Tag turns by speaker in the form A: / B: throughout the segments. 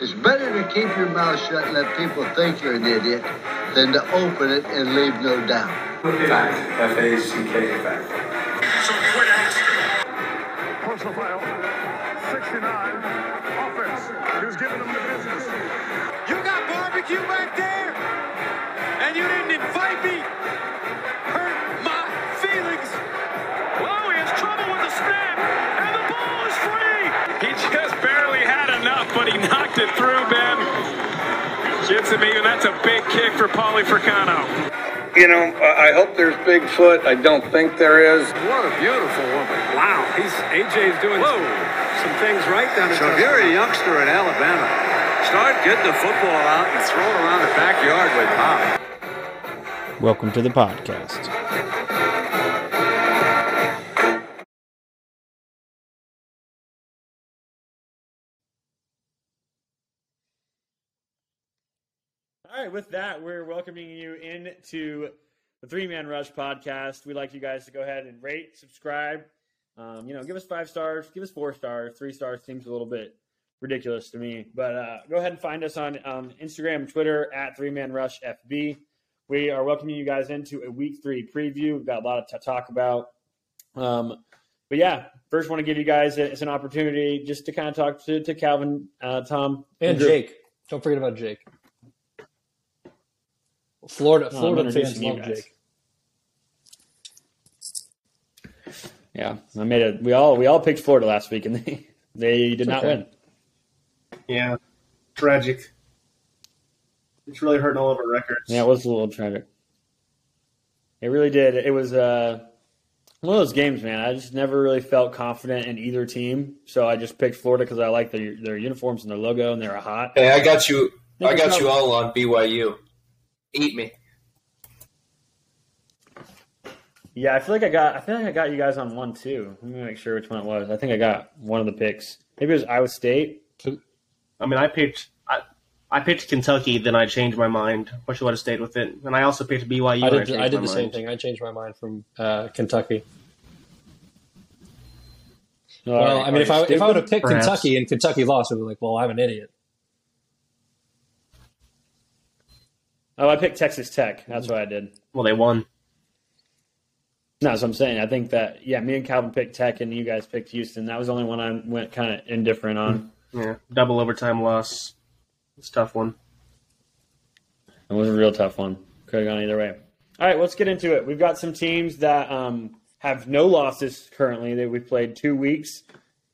A: It's better to keep your mouth shut and let people think you're an idiot than to open it and leave no doubt.
B: Fact. F A C K. Fact.
C: Some quit action.
D: Personal foul. 69. Offense. He was giving them the business.
E: You got barbecue back there, and you didn't invite me. Hurt my feelings.
C: Oh, he has trouble with the snap, and the ball is free. He just barely had enough, but he knocked it through, Ben. Gets me, and that's a big kick for Pauly Fricano.
B: You know, I I hope there's Bigfoot. I don't think there is.
F: What a beautiful woman. Wow, he's AJ's doing some things right down
G: So if you're a youngster in Alabama, start getting the football out and throw it around the backyard with pop.
H: Welcome to the podcast.
I: All right, with that, we're welcoming you into the Three Man Rush podcast. We'd like you guys to go ahead and rate, subscribe. Um, you know, give us five stars, give us four stars, three stars seems a little bit ridiculous to me. But uh, go ahead and find us on um, Instagram and Twitter at Three Man Rush FB. We are welcoming you guys into a week three preview. We've got a lot to talk about. Um, but yeah, first want to give you guys a, it's an opportunity just to kind of talk to, to Calvin, uh, Tom,
J: and
I: Drew.
J: Jake. Don't forget about Jake. Florida,
I: No, I'm
J: Florida fans
I: introducing you
J: love
I: guys.
J: Jake.
I: Yeah, I made it. We all we all picked Florida last week, and they they did not
J: okay.
I: win.
K: Yeah, tragic. It's really hurting all of our records.
I: Yeah, it was a little tragic. It really did. It was uh, one of those games, man. I just never really felt confident in either team, so I just picked Florida because I like their their uniforms and their logo, and they were hot.
L: Hey, I got you. I got you
I: No.
L: all on BYU. Eat me.
I: Yeah, I feel like I got. I feel like I got you guys on one too. Let me make sure which one it was. I think I got one of the picks. Maybe it was Iowa State.
K: I mean, I picked I, I picked Kentucky, then I changed my mind. Wish I would have stayed with it. And I also picked BYU.
J: I
K: and
J: did.
K: changed
J: I did
K: my
J: the same
K: mind.
J: thing. I changed my mind from uh, Kentucky.
I: Are-
J: Well, I
I: are
J: mean, if
I: you
J: I if I
I: stupid?
J: would have picked
K: Perhaps.
J: Kentucky and Kentucky lost, I'd be like, well, I'm an idiot.
I: oh, I picked Texas Tech. That's what I did.
K: Well, they won.
I: No, that's what I'm saying. I think that yeah, me and Calvin picked Tech, and you guys picked Houston. That was the only one I went kind of indifferent on.
K: Yeah, double overtime loss. It's a tough one.
I: It was a real tough one. Could have gone either way. All right, let's get into it. We've got some teams that um, have no losses currently that we've played two weeks,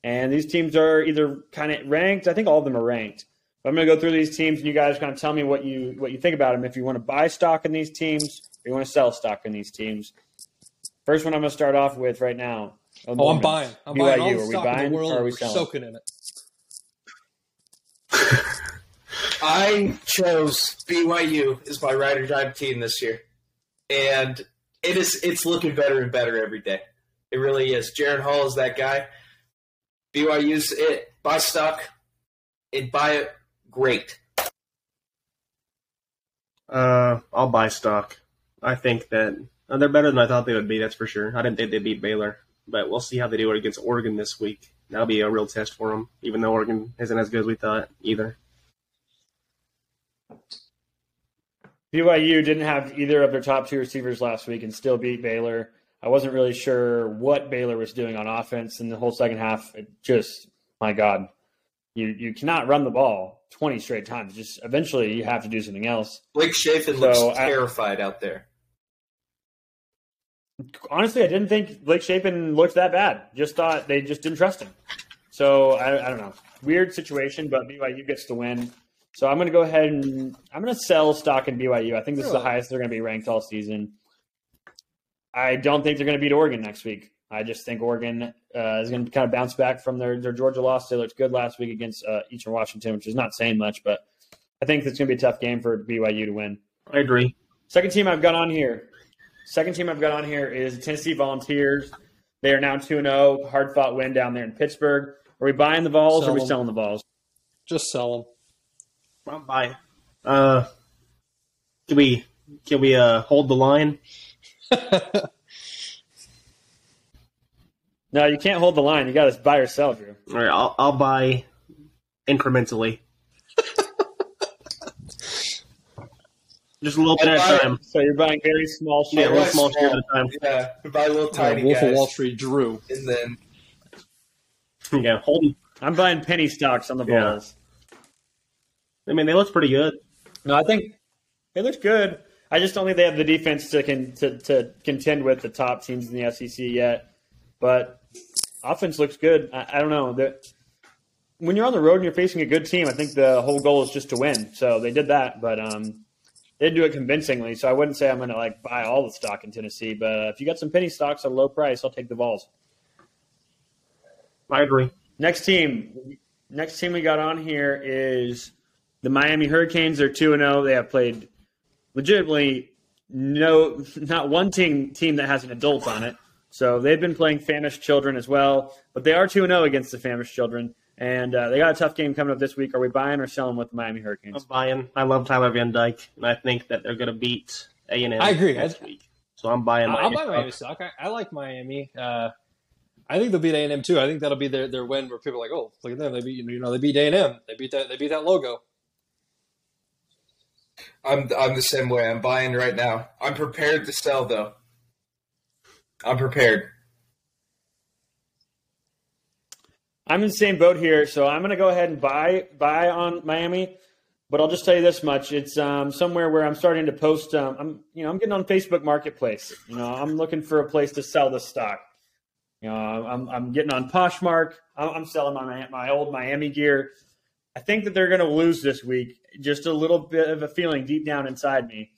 I: and these teams are either kind of ranked. I think all of them are ranked. But I'm going to go through these teams, and you guys are going to tell me what you what you think about them. If you want to buy stock in these teams, or you want to sell stock in these teams. First one I'm going to start off with right now.
J: Oh, I'm
I: Mormons.
J: buying. I'm
I: BYU.
J: buying
I: Are
J: all the
I: we
J: stock in
I: buying
J: the
I: or
J: world.
I: are we
J: We're
I: selling?
J: soaking in it.
L: I chose BYU as my ride or die team this year, and it is it's looking better and better every day. It really is. Jaron Hall is that guy. BYU's it. Buy stock and buy it. Great.
K: Uh, I'll buy stock. I think that uh, they're better than I thought they would be. That's for sure. I didn't think they beat Baylor, but we'll see how they do it against Oregon this week. That'll be a real test for them. Even though Oregon isn't as good as we thought either.
I: BYU didn't have either of their top two receivers last week and still beat Baylor. I wasn't really sure what Baylor was doing on offense in the whole second half. It just, my God, you you cannot run the ball twenty straight times. Just eventually, you have to do something else.
L: Blake Chafin
I: So,
L: looks
I: I-
L: terrified out there.
I: Honestly, I didn't think Blake Shapen looked that bad. Just thought they just didn't trust him. So I, I don't know. Weird situation, but BYU gets the win. So I'm going to go ahead and I'm going to sell stock in BYU. I think this is the highest they're going to be ranked all season. I don't think they're going to beat Oregon next week. I just think Oregon uh, is going to kind of bounce back from their, their Georgia loss. They looked good last week against uh, Eastern Washington, which is not saying much, but I think it's going to be a tough game for BYU to win.
K: I agree.
I: Second team I've got on here. Second team I've got on here is Tennessee Volunteers. They are now 2 0, hard fought win down there in Pittsburgh. Are we buying the balls or are
J: Sell
I: we
J: 'em.
I: selling the balls?
J: Just sell them.
K: I'll buy. Uh, can we can we uh hold the line?
I: No, you can't hold the line. You got to buy or sell, Drew.
K: All right, I'll I'll buy incrementally. Just a little bit at a time.
I: So you're buying very small
K: Yeah, a
I: shares.
K: little small shares at a time.
L: Yeah, by little
J: tiny Wolf of guys. Wall Street Drew.
L: And then
K: Yeah, holding.
I: I'm buying penny stocks on the
K: Yeah.
I: balls.
K: I mean, they look pretty good.
I: No, I think it looks good. I just don't think they have the defense to con- to, to contend with the top teams in the SEC yet. But offense looks good. I, I don't know that when you're on the road and you're facing a good team, I think the whole goal is just to win. So they did that, but um, they didn't do it convincingly. So I wouldn't say I'm going to like buy all the stock in Tennessee. But uh, if you got some penny stocks at a low price, I'll take the balls.
K: I agree.
I: Next team. Next team we got on here is the Miami Hurricanes. They're two and zero. They have played legitimately no not one team team that has an adult on it. So they've been playing famished children as well, but they are two and zero against the famished children, and uh, they got a tough game coming up this week. Are we buying or selling with the Miami Hurricanes?
K: I'm buying. I love Tyler Van Dyke, and I think that they're going to beat A and
J: I agree.
K: next week. So I'm buying.
J: I'll
K: Miami
J: buy Miami
K: Bucks.
J: stock. I, I like Miami. Uh, I think they'll beat A and M too. I think that'll be their, their win where people are like, oh, look at them. They beat you know they beat A and M. They beat that they beat that logo.
L: I'm I'm the same way. I'm buying right now. I'm prepared to sell though. I'm prepared.
I: I'm in the same boat here, so I'm going to go ahead and buy buy on Miami. But I'll just tell you this much: it's um, somewhere where I'm starting to post. Um, I'm you know I'm getting on Facebook Marketplace. You know I'm looking for a place to sell this stock. You know I'm I'm getting on Poshmark. I'm, I'm selling my my old Miami gear. I think that they're going to lose this week. Just a little bit of a feeling deep down inside me,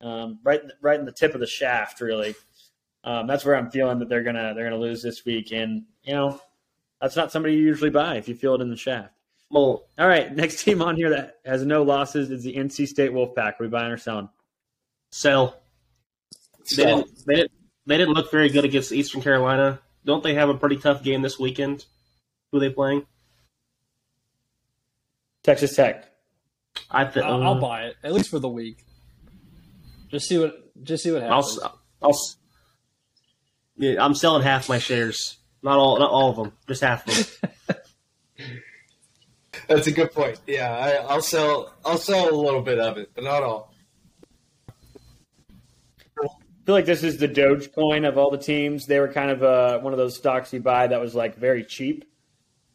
I: um, right right in the tip of the shaft, really. Um, that's where I'm feeling that they're gonna they're gonna lose this week, and you know that's not somebody you usually buy if you feel it in the shaft.
K: Well,
I: All right, next team on here that has no losses is the NC State Wolfpack. Are we buying or selling?
K: sell. They didn't, they didn't. They didn't look very good against Eastern Carolina. Don't they have a pretty tough game this weekend? Who are they playing?
I: Texas Tech.
K: I th-
J: I'll, I'll buy it at least for the week. Just see what just see what
K: I'll,
J: happens.
K: s- I'll, s- yeah, I'm selling half my shares. Not all, not all of them. Just half of them.
L: That's a good point. Yeah, I, I'll sell. I'll sell a little bit of it, but not all.
I: I feel like this is the Dogecoin of all the teams. They were kind of uh, one of those stocks you buy that was like very cheap.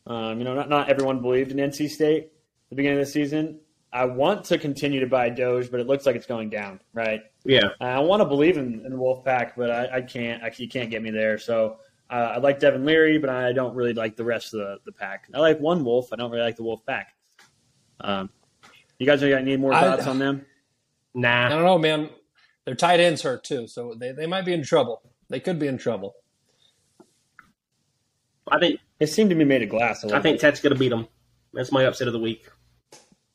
I: Um, you know, not not everyone believed in NC State at the beginning of the season. I want to continue to buy Doge, but it looks like it's going down, right?
K: yeah.
I: Uh, I want to believe in, in the Wolfpack, but I, I can't. I, you can't get me there. So uh, I like Devin Leary, but I don't really like the rest of the, the pack. I like one Wolf. I don't really like the Wolf pack. Um, you guys got any more
J: I-
I: thoughts on them?
J: I
K: Nah.
J: don't know, man. Their tight ends hurt too, so they, they might be in trouble. They could be in trouble.
K: I think
I: They seem to be made of glass. A little
K: I think Tech's gonna beat them. That's my upset of the week.
I: bit.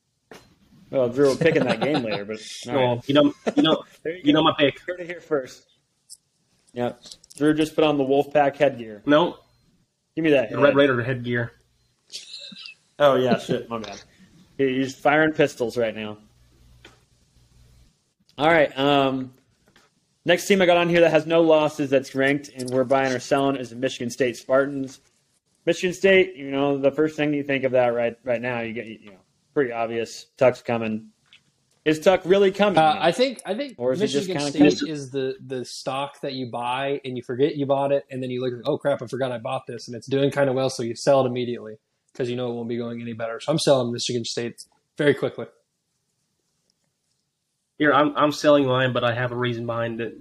I: Well, Drew will pick in that game later, but all right.
K: Well, you know, you know,
I: There you
K: you know my pick.
I: heard it here first. Yeah, Drew just put on the Wolfpack headgear.
K: No,
I: Give me that.
K: the Red
I: head.
K: Raider headgear.
I: Oh yeah, shit, my bad. He- He's firing pistols right now. All right. Um, next team I got on here that has no losses that's ranked and we're buying or selling is the Michigan State Spartans. Michigan State, you know, the first thing you think of that right right now, you get you know, pretty obvious. Tuck's coming. Is Tuck really coming?
J: Uh, I think I think
I: Or is it just
J: Michigan
I: kinda
J: State is the the stock that you buy and you forget you bought it, and then you look, oh crap, I forgot I bought this, and it's doing kind of well, so you sell it immediately because you know it won't be going any better. So I'm selling Michigan State very quickly.
K: Here, I'm I'm selling mine, but I have a reason behind it.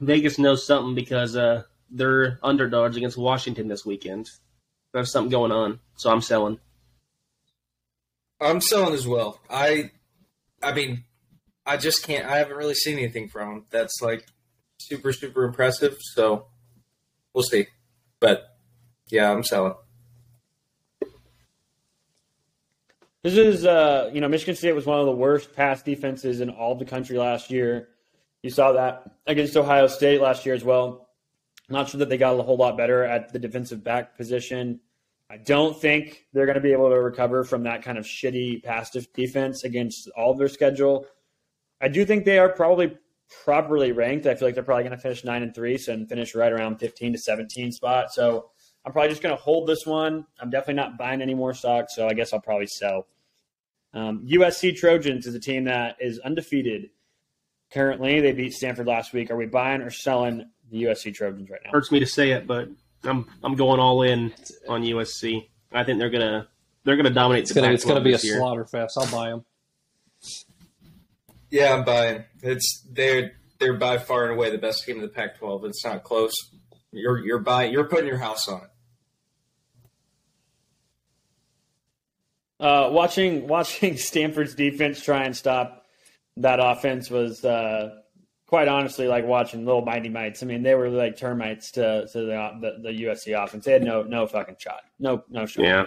K: Vegas knows something because uh, they're underdogs against Washington this weekend. There's something going on, so I'm selling.
L: I'm selling as well. I, I mean, I just can't. I haven't really seen anything from him that's like super super impressive. So we'll see. But yeah, I'm selling.
I: This is, uh, you know, Michigan State was one of the worst pass defenses in all the country last year. You saw that against Ohio State last year as well. Not sure that they got a whole lot better at the defensive back position. I don't think they're going to be able to recover from that kind of shitty pass def- defense against all of their schedule. I do think they are probably properly ranked. I feel like they're probably going to finish nine and three, so and finish right around fifteen to seventeen spot. So I'm probably just going to hold this one. I'm definitely not buying any more stocks, so I guess I'll probably sell. Um, USC Trojans is a team that is undefeated currently. They beat Stanford last week. Are we buying or selling the USC Trojans right now?
K: Hurts me to say it, but I'm I'm going all in on USC. I think they're gonna they're gonna dominate.
J: It's
K: the
J: gonna it's
K: Pac-12
J: gonna be a
K: this year.
J: slaughter fest. I'll buy them.
L: Yeah, I'm buying. It's they're they're by far and away the best team in the Pac-12. It's not close. You're you're buying. You're putting your house on it.
I: Uh, watching watching Stanford's defense try and stop that offense was uh, quite honestly like watching little mighty mites. I mean, they were like termites to to the, the the USC offense. They had no no fucking shot. No no shot.
K: Yeah.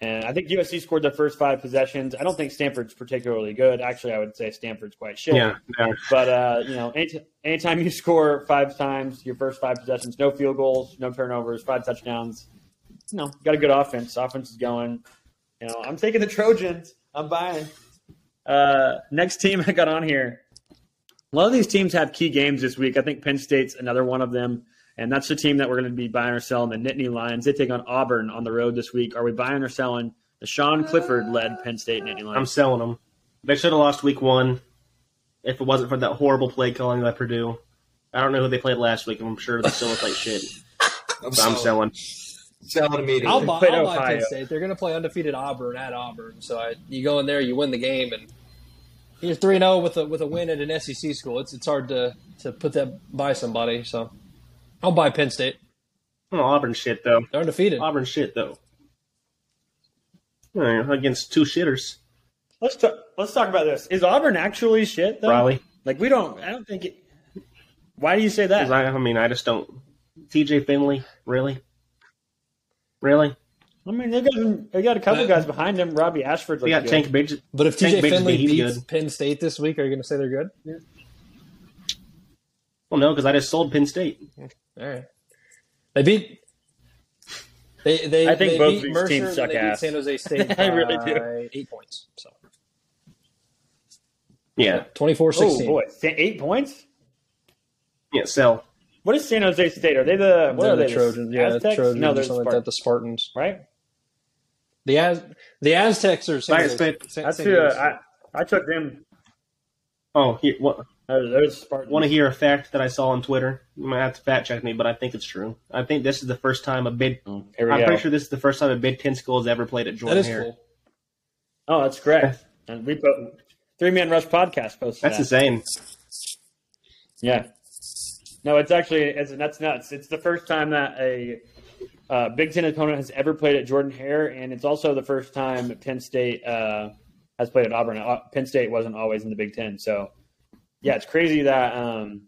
I: And I think USC scored their first five possessions. I don't think Stanford's particularly good. Actually, I would say Stanford's quite shit.
K: Yeah, they are.
I: But uh, you know, any, anytime you score five times your first five possessions, no field goals, no turnovers, five touchdowns, you know, got a good offense. Offense is going. You know, I'm taking the Trojans. I'm buying. Uh, next team I got on here. A lot of these teams have key games this week. I think Penn State's another one of them, and that's the team that we're going to be buying or selling. The Nittany Lions. They take on Auburn on the road this week. Are we buying or selling the Sean Clifford-led Penn State Nittany Lions?
K: I'm selling them. They should have lost week one if it wasn't for that horrible play calling by Purdue. I don't know who they played last week. and I'm sure they still look like shit.
L: I'm
K: so I'm selling.
L: Selling immediately.
J: I'll buy, I'll buy Penn State. They're gonna play undefeated Auburn at Auburn. So I, you go in there, you win the game, and you're three zero with a with a win at an SEC school. It's it's hard to to put that by somebody. So I'll buy Penn State.
K: Oh, Auburn shit though.
J: They're undefeated.
K: Auburn shit though. Yeah, Against two shitters,
I: Let's talk. Let's talk about this. Is Auburn actually shit though?
K: probably.
I: Like we don't. I don't think. It, why do you say that?
K: I, I mean, I just don't. TJ Finley, really, really.
I: I mean, they got they got a couple guys behind them. Robbie Ashford's
K: They
I: like
K: got
I: good.
K: Tank Bridges.
J: But if
K: Tank
J: TJ
K: Bridges
J: Finley
K: he's
J: beats
K: good.
J: Penn State this week, are you gonna say they're good?
K: well, no, because I just sold Penn State.
J: All right. They beat. They they.
I: I think
J: they
I: both
J: beat
I: of these
J: Mercer
I: teams
J: and
I: suck
J: they beat
I: ass.
J: San Jose State.
I: They really do.
J: by Eight points. So
K: Yeah,
J: 24-16.
I: Oh boy, Sa- eight points.
K: yeah, sell.
I: What is San Jose State? Are they the what
J: They're
I: are
J: the
I: they?
J: Trojans.
I: The
J: Yeah, the
I: Aztecs?
J: Trojans.
I: No,
J: or
I: they're
J: something
I: the
J: like that. The Spartans.
I: Right.
J: The Az the Aztecs are. San
K: Science
J: Jose-
K: State.
J: San-
I: That's
J: San
I: who
J: Jose State.
I: uh, I, I took them.
K: Oh, here, what?
I: Uh, there's Spartans.
K: Want to hear a fact that I saw on Twitter? You might have to fact check me, but I think it's true. I think this is the first time a bid.
I: here we
K: I'm
I: go.
K: pretty sure this is the first time a Big Ten school has ever played at
J: Oh, That
K: Jordan
J: is
K: Hare.
J: cool.
I: Oh, that's correct. And we put three man rush podcast posted.
K: That's
I: that.
K: insane.
I: Yeah. No, it's actually it's that's nuts. It's the first time that a uh, Big Ten opponent has ever played at Jordan Hare, and it's also the first time Penn State uh, has played at Auburn. Uh, Penn State wasn't always in the Big Ten, so yeah, it's crazy that um,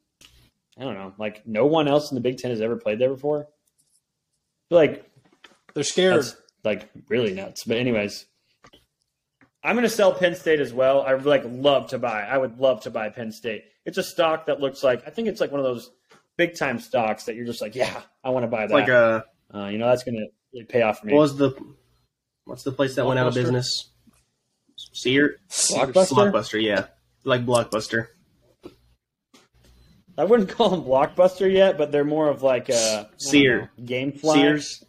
I: I don't know, like no one else in the Big Ten has ever played there before. I feel like
J: They're scared.
I: that's like really nuts. But anyways, I'm gonna sell Penn State as well. I would like love to buy. I would love to buy Penn State. It's a stock that looks like I think it's like one of those big time stocks that you're just like, yeah, I want to buy that.
K: It's like a
I: uh, you know, that's gonna really pay off for me.
K: what was the what's the place that went out of
J: Blockbuster?
K: business? Sear
I: Blockbuster?
K: Blockbuster, yeah, like Blockbuster.
I: I wouldn't call them blockbuster yet, but they're more of like a
K: Sear.
I: Gamefly,
K: Sears,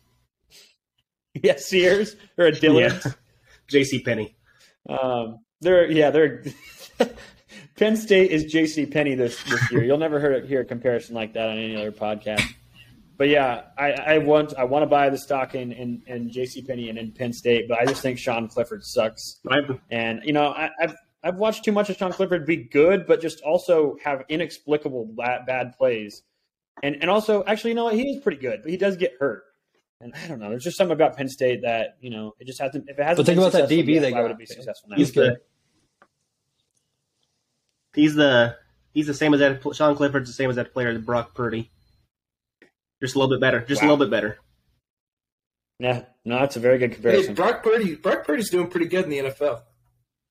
I: yeah, Sears or a Dillard's.
K: J.C. Penney.
I: Um, they're yeah, they're Penn State is J.C. Penny this this year. You'll never hear hear a comparison like that on any other podcast. But yeah, I, I want I want to buy the stock in in, in J.C. Penny and in Penn State, but I just think Sean Clifford sucks.
K: I've-
I: And you know, I, I've I've watched too much of Sean Clifford be good, but just also have inexplicable bad, bad plays. And and also, actually, you know what? He is pretty good, but he does get hurt. And I don't know. There's just something about Penn State that you know it just hasn't. If it hasn't,
J: But think
I: been
J: about that
I: successful
J: DB
I: yet,
J: they
I: why would
J: got.
I: it be successful now?
K: He's the he's the he's the same as that. Sean Clifford's the same as that player, Brock Purdy. Just a little bit better. Just a
I: Wow.
K: little bit better.
I: Yeah, no, that's a very good
L: Hey,
I: comparison.
L: Brock Purdy. Brock Purdy's doing pretty good in the NFL.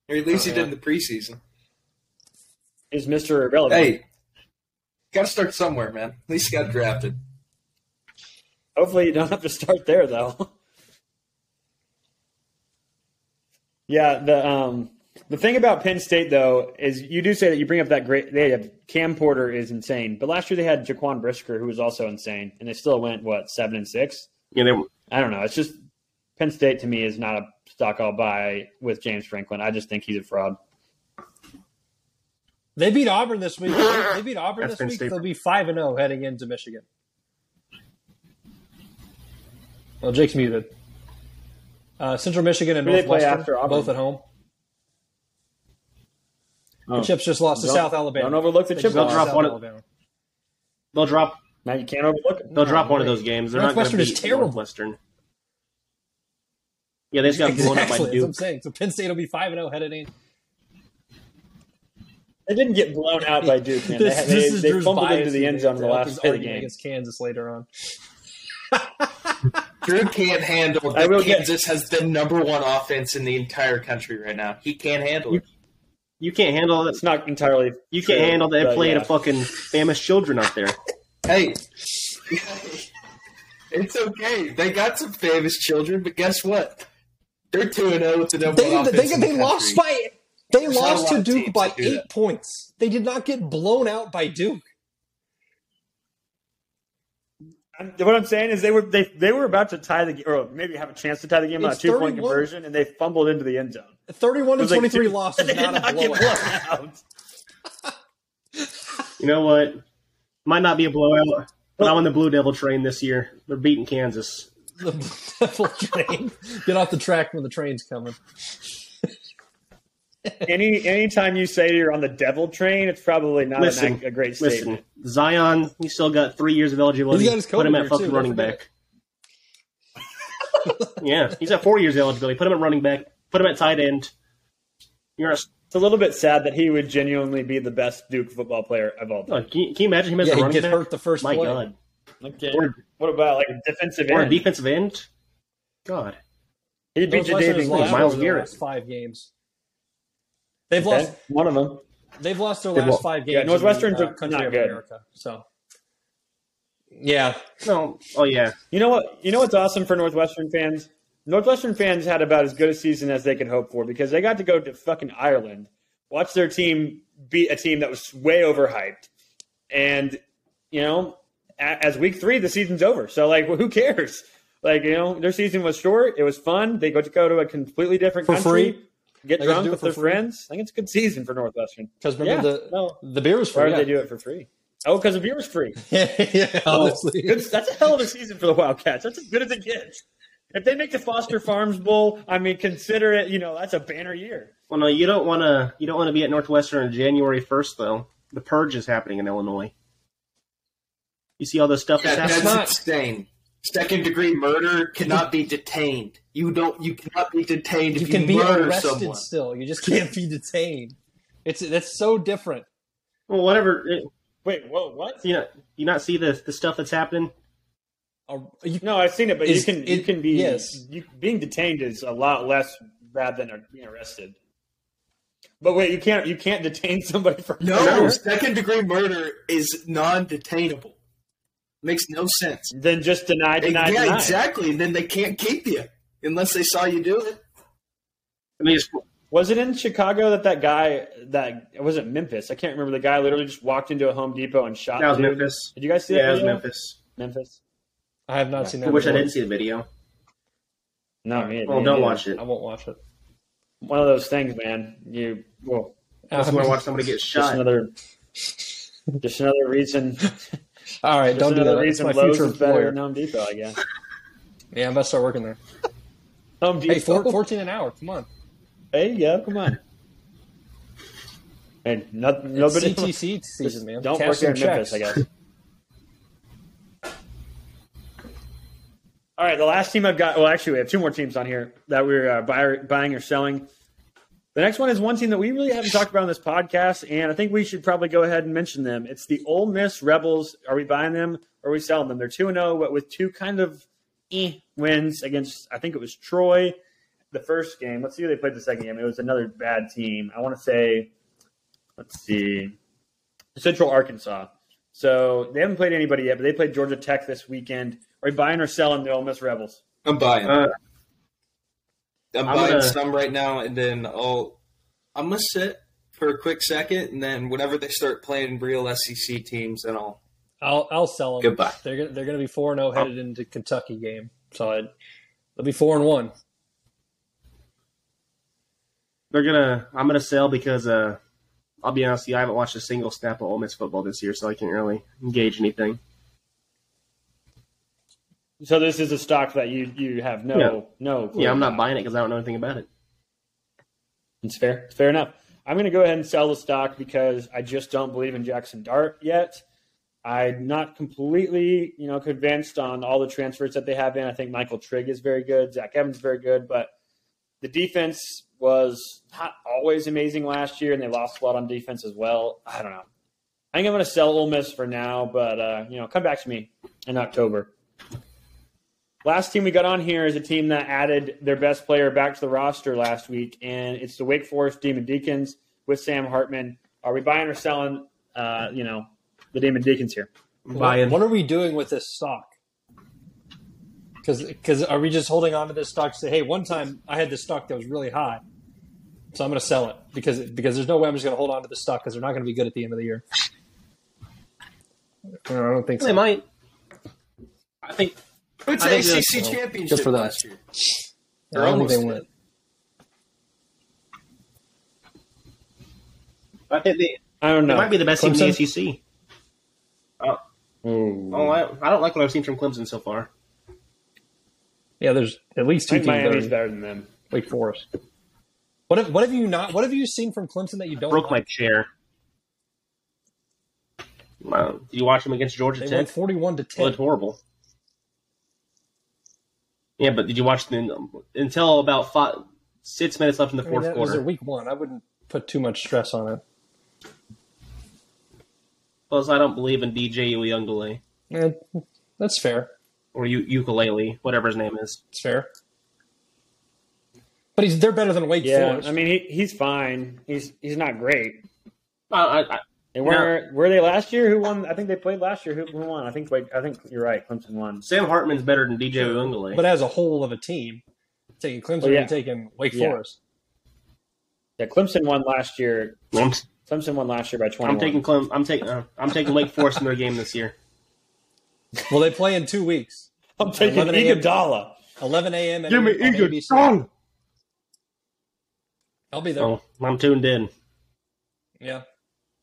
L: Or at least he did in the preseason.
I: Is Mister Irrelevant?
L: Hey, got to start somewhere, man. At least he got drafted.
I: Hopefully, you don't have to start there though. yeah, the um, the thing about Penn State though is you do say that you bring up that great. They have Cam Porter is insane, but last year they had Jaquan Brisker who was also insane, and they still went what seven and six.
K: You know,
I: I don't know. It's just Penn State to me is not a stock I'll buy with James Franklin. I just think he's a fraud.
J: They beat Auburn this week. They beat Auburn
I: That's
J: this
I: been
J: week.
I: stupid.
J: They'll be five and zero heading into Michigan. Well, Jake's muted. Uh, Central Michigan and
I: Who do they play
J: Northwestern,
I: after Auburn?
J: both at home. The Chips just lost to
I: Oh. Don't-
J: South Alabama.
I: Don't overlook the
J: They
I: Chips.
J: just
K: They'll drop
J: South
K: one. Of,
J: Alabama.
K: they'll drop.
I: Now you can't overlook it.
K: They'll
J: No,
K: drop one of
J: wait.
K: those games. They're
J: Northwestern
K: not
J: is
K: going to beat
J: terrible.
K: Northwestern. Yeah, they just got blown up by
J: Exactly, That's what I'm
K: Duke.
J: saying. So Penn State will be five and zero headed in.
I: They didn't get blown out by Duke. Man.
J: This,
I: they
J: this
I: they,
J: is
I: they
J: Drew's
I: fumbled
J: bias
I: into the end zone in the
J: to help
I: last
J: his
I: play of the
J: argument
I: game.
J: against Kansas later on.
L: Drew can't handle
I: I
L: that
I: will get-
L: Kansas has the number one offense in the entire country right now. He can't handle it.
K: You can't handle that.
I: It's not entirely.
K: You can't
I: true,
K: handle that
I: but
K: play
I: yeah.
K: to fucking famished children out there.
L: Hey, it's okay. They got some famous children, but guess what? They're two and zero with the number
J: They,
L: one
J: they,
L: offense
J: they,
L: in the
J: they
L: country.
J: lost by they
L: There's not a
J: lost
L: lot
J: to
L: of
J: Duke
L: teams
J: by
L: that do
J: eight
L: that.
J: points. They did not get blown out by Duke.
I: I'm- What I'm saying is they were they they were about to tie the game, or maybe have a chance to tie the game on a
J: It's
I: two point
J: 31.
I: conversion, and they fumbled into the end zone.
J: Thirty-one
I: It
J: to
I: was like
J: twenty-three
I: two-
J: loss is
I: They did
J: not a
I: not get
J: blowout.
I: blown out.
K: You know what? Might not be a blowout, but I'm on the Blue Devil train this year. They're beating Kansas.
J: The devil train. Get off the track when the train's coming.
I: Any anytime you say you're on the devil train, it's probably not
K: listen,
I: an, a great
K: listen,
I: statement.
K: Zion, he still got three years of eligibility.
J: He's got his
K: Put him
J: COVID
K: at
J: year,
K: fucking
J: too,
K: running
J: don't
K: back. yeah, he's at four years of eligibility. Put him at running back. Put him at tight end. You're a, uh,
I: It's a little bit sad that he would genuinely be the best Duke football player of all time.
K: oh, can, you, can you imagine him as
J: Yeah,
K: a
J: he
K: running
J: gets
K: back?
J: hurt the first
K: My
J: play.
K: God.
I: Okay.
K: Or,
I: What about like a defensive
K: or a
I: end?
K: defensive end? God.
I: He'd be
J: Northwestern
I: Jadavion Clowney.
J: has lost
K: Miles
J: over the
K: Garrett.
J: last five games. They've
I: Okay,
J: lost.
I: one of them.
J: They've lost their
K: They've
J: last
K: lost-
J: five games.
I: Yeah,
J: in
I: Northwestern's
J: the, uh,
I: are
J: country
I: not
J: of
I: good.
J: America. So, yeah,
K: No. Oh, yeah.
I: You know what? You know what's awesome for Northwestern fans? Northwestern fans had about as good a season as they could hope for because they got to go to fucking Ireland, watch their team beat a team that was way overhyped, and you know, a- as week three, the season's over. So like, who cares? Like you know, their season was short. It was fun. They got to go to a completely different
J: For
I: country,
J: free?
I: get
J: They got to
I: drunk
J: do it
I: with
J: for
I: their
J: free?
I: friends. I think it's a good season for Northwestern.
J: because
I: Yeah,
J: remember the
I: no.
J: the beer was
I: Why
J: free.
I: would they do it for free? Oh, because the beer was free.
J: yeah. yeah,
I: Oh.
J: honestly.
I: Good, that's a hell of a season for the Wildcats. That's as good as it gets. If they make the Foster Farms Bowl, I mean, consider it. You know, that's a banner year.
K: Well, no, you don't want to. You don't want to be at Northwestern on January first, though. The purge is happening in Illinois. You see all this stuff
L: Yeah,
K: that's
L: that's
K: happening.
J: not-
L: insane. Second degree murder cannot be detained. You don't. You cannot be detained
J: you
L: if
J: can
L: you
J: be
L: murder
J: arrested
L: someone.
J: still. You just can't be detained. It's that's so different.
K: Well, whatever. It,
I: Wait, whoa, what?
K: you know, you not see the the stuff that's happening.
J: Uh, you-
I: No, I've seen it, but
J: Is-
I: you can you
J: it-
I: can be
J: yes.
I: you, being detained is a lot less bad than being arrested. But wait, you can't you can't detain somebody for
L: No, second degree murder is non-detainable. Makes no sense.
I: Then just deny, deny,
L: yeah,
I: deny.
L: exactly. Then they can't keep you unless they saw you do it.
K: I mean, it's,
I: Was it in Chicago that that guy that it wasn't Memphis? I can't remember. The guy literally just walked into a Home Depot and shot.
K: that was
I: the dude.
K: Memphis.
I: Did you guys see
K: Yeah,
I: that?
K: that was
I: video?
K: Memphis.
I: Memphis.
J: I have not seen
K: I
J: that.
K: wish I
J: before.
K: didn't see the video.
I: No, me. me
K: Well, Oh, don't
I: neither.
K: watch it.
J: I won't watch it.
I: one of those things, man. You well,
K: Unless you want to watch somebody get
I: just
K: shot.
I: another, just another reason. Just
J: All right, don't do
I: another
J: that. That's
I: reason
J: my
I: Lowe's
J: future
I: is better
J: employer.
I: than Home Depot, I guess.
J: Yeah, I'm about to start working there.
I: Home Depot.
J: Hey, four, 14 an hour. Come on.
I: Hey, yeah, come on. Hey, not, nobody.
J: CTC
I: just
J: season, man.
I: Don't
J: Cash
I: work there
J: some
I: in Memphis,
J: checks.
I: I guess. All right, the last team I've got. Well, actually, we have two more teams on here that we're uh, buy, buying or selling. The next one is one team that we really haven't talked about on this podcast, and I think we should probably go ahead and mention them. It's the Ole Miss Rebels. Are we buying them or are we selling them? They're 2 0, but with two kind of eh wins against, I think it was Troy the first game. Let's see who they played the second game. It was another bad team. I want to say, let's see, Central Arkansas. So they haven't played anybody yet, but they played Georgia Tech this weekend. Are you buying or selling the Ole Miss Rebels?
L: I'm buying.
K: Uh,
L: I'm,
K: I'm
L: buying
K: gonna-
L: some right now, and then I'll. I'm gonna sit for a quick second, and then whenever they start playing real SEC teams, then I'll.
J: I'll I'll sell them.
L: Goodbye.
J: They're gonna, they're going to be oh
I: Oh.
J: four and zero headed into Kentucky game. So I, they'll be four and one.
K: they're gonna. I'm gonna sell because uh, I'll be honest, with you, I haven't watched a single snap of Ole Miss football this year, so I can't really engage anything.
I: So this is a stock that you you have no
K: Yeah.
I: no. clue
K: Yeah, I'm
I: about.
K: not buying it because I don't know anything about it.
I: It's fair. It's fair enough. I'm going to go ahead and sell the stock because I just don't believe in Jackson Dart yet. I'm not completely, you know, convinced on all the transfers that they have in. I think Michael Trigg is very good. Zach Evans is very good, but the defense was not always amazing last year, and they lost a lot on defense as well. I don't know. I think I'm going to sell Ole Miss for now, but uh, you know, come back to me in October. Last team we got on here is a team that added their best player back to the roster last week, and it's the Wake Forest Demon Deacons with Sam Hartman. Are we buying or selling? Uh, you know, the Demon Deacons here.
J: What, what are we doing with this stock? Because are we just holding on to this stock to say, hey, one time I had this stock that was really high, so I'm going to sell it because because there's no way I'm just going to hold on to this stock because they're not going to be good at the end of the year. I don't think so.
K: They might. I think.
L: It's
J: I think
L: ACC
J: that's-
L: championship
J: Just for that.
L: last year.
J: I don't think
K: They're
J: they win.
K: I think they.
I: I don't
K: They
I: know.
K: might be the E best team in
I: Clemson?
K: the ACC. Oh,
J: Hmm.
K: oh I, I don't like what I've seen from Clemson so far.
J: Yeah, there's at least two
I: I think
J: teams that
I: Miami's
J: are-
I: better than them.
J: Wake Forest. What have, what have you not? What have you seen from Clemson that you don't?
K: Broke my
J: like?
K: chair. Wow. Did you watch them against Georgia
J: They won
K: Tech?
J: forty-one to
K: It
J: ten.
K: looked horrible. Yeah, but did you watch them until about five, six minutes left in the
J: I mean,
K: fourth
J: that was
K: quarter?
J: their week one. I wouldn't put too much stress on it.
K: Plus, I don't believe in DJ Uyunglele
J: Yeah, Eh, that's fair.
K: or U- ukulele, whatever his name is.
J: It's fair. But he's they're better than Wake
I: Yeah,
J: Forest.
I: I mean he, he's fine. He's he's not great.
K: I, I,
I: And where were they last year? Who won? I think they played last year. Who, who won? I think like I think you're right. Clemson won.
K: Sam Hartman's better than DJ Uyunglele.
J: but as a whole of a team, taking Clemson
I: Well, yeah.
J: and taking Wake
I: Yeah.
J: Forest.
I: Yeah, Clemson won last year.
K: I'm,
I: Clemson won last year by 21.
K: I'm taking Clem. I'm taking. Uh, I'm taking Wake Forest in their game this year.
J: Well, they play in two weeks.
I: I'm taking
J: 11 a.m.
I: Iguodala.
J: 11 a.m. and
K: Give me
J: on
K: Eagle
J: ABC.
K: Strong.
J: I'll be there.
K: Oh, I'm tuned in.
J: Yeah,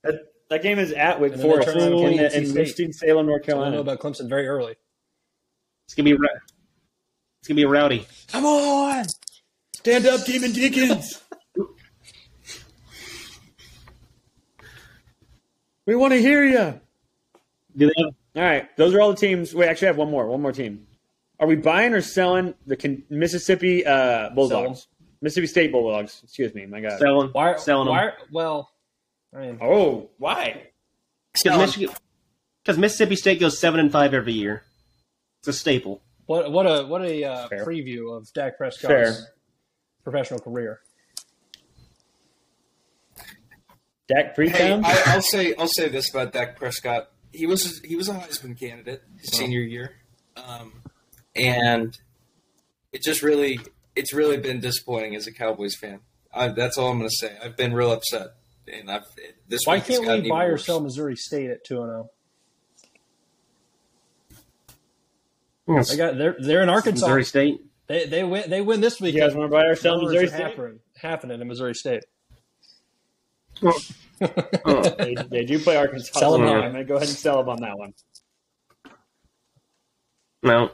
I: That, that game is at Wake
J: And then they
I: Forest
J: turn around and
I: in,
J: play NC
I: in
J: State.
I: Winston Salem, North
J: I know
I: Carolina.
J: about Clemson very early.
K: It's gonna be. Ra- it's gonna be rowdy.
J: Come on,
I: Stand up, Demon Deacons. we want to hear you.
K: Do they have,
I: All right, those are all the teams. We actually have one more. One more team. Are we buying or selling the Con- Mississippi uh, Bulldogs? Mississippi State Bulldogs. Excuse me. My God.
K: selling?
J: Why?
K: selling
J: why,
K: them?
J: Well, I mean,
I: Oh, why?
K: Because Michigan. Because Mississippi State goes seven and five every year. It's a staple.
J: what what a what a uh,
I: Fair.
J: preview of Dak Prescott's
I: Fair.
J: professional career.
I: Dak
L: Hey,
I: Pretown.
L: I, I'll say I'll say this about Dak Prescott. He was he was a Heisman candidate his
J: Oh.
L: senior year, um, and it just really it's really been disappointing as a Cowboys fan. I, that's all I'm going to say. I've been real upset, and I've this.
J: Why
L: week has
J: can't
L: gotten
J: we
L: even
J: buy or
L: worse.
J: sell Missouri State at two and oh? zero? They got they're they're in Arkansas.
K: Missouri State.
J: They they win they win this week.
I: you guys want to buy or sell Missouri State?
J: happening, happening in Missouri State.
I: they, they do play Arkansas.
J: Sell 'em
I: so
K: on.
I: I'm going to go ahead and sell them on that one.
K: No.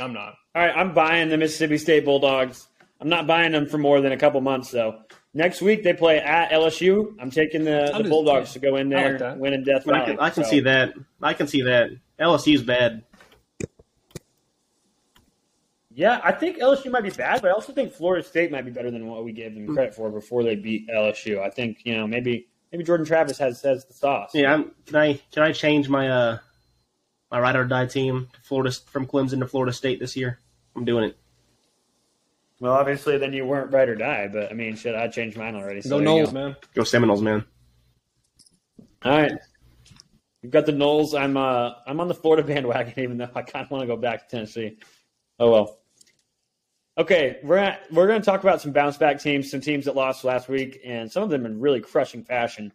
J: I'm not.
I: All right, I'm buying the Mississippi State Bulldogs. I'm not buying them for more than a couple months, though. Next week they play at LSU. I'm taking the,
J: I'll
I: the
J: do-
I: Bulldogs to go in
J: I like
I: there,
J: that.
I: win in Death
K: I
I: Valley.
K: can, I can
I: So,
K: see that. I can see that. LSU's bad.
I: Yeah, I think LSU might be bad, but I also think Florida State might be better than what we gave them credit for before they beat LSU. I think you know maybe maybe Jordan Travis has has the sauce.
K: Yeah. I'm, can I can I change my uh my ride or die team to Florida from Clemson to Florida State this year? I'm doing it.
I: Well, obviously then you weren't right or die, but I mean, shit, I changed mine already. So
J: Go
I: there you
J: Knowles,
I: go.
J: man.
K: Go Seminoles, man.
I: All right. You've got the Knolls. I'm uh I'm on the Florida bandwagon, even though I kind of want to go back to Tennessee. Oh well. Okay, we're at, we're going to talk about some bounce back teams, some teams that lost last week, and some of them in really crushing fashion.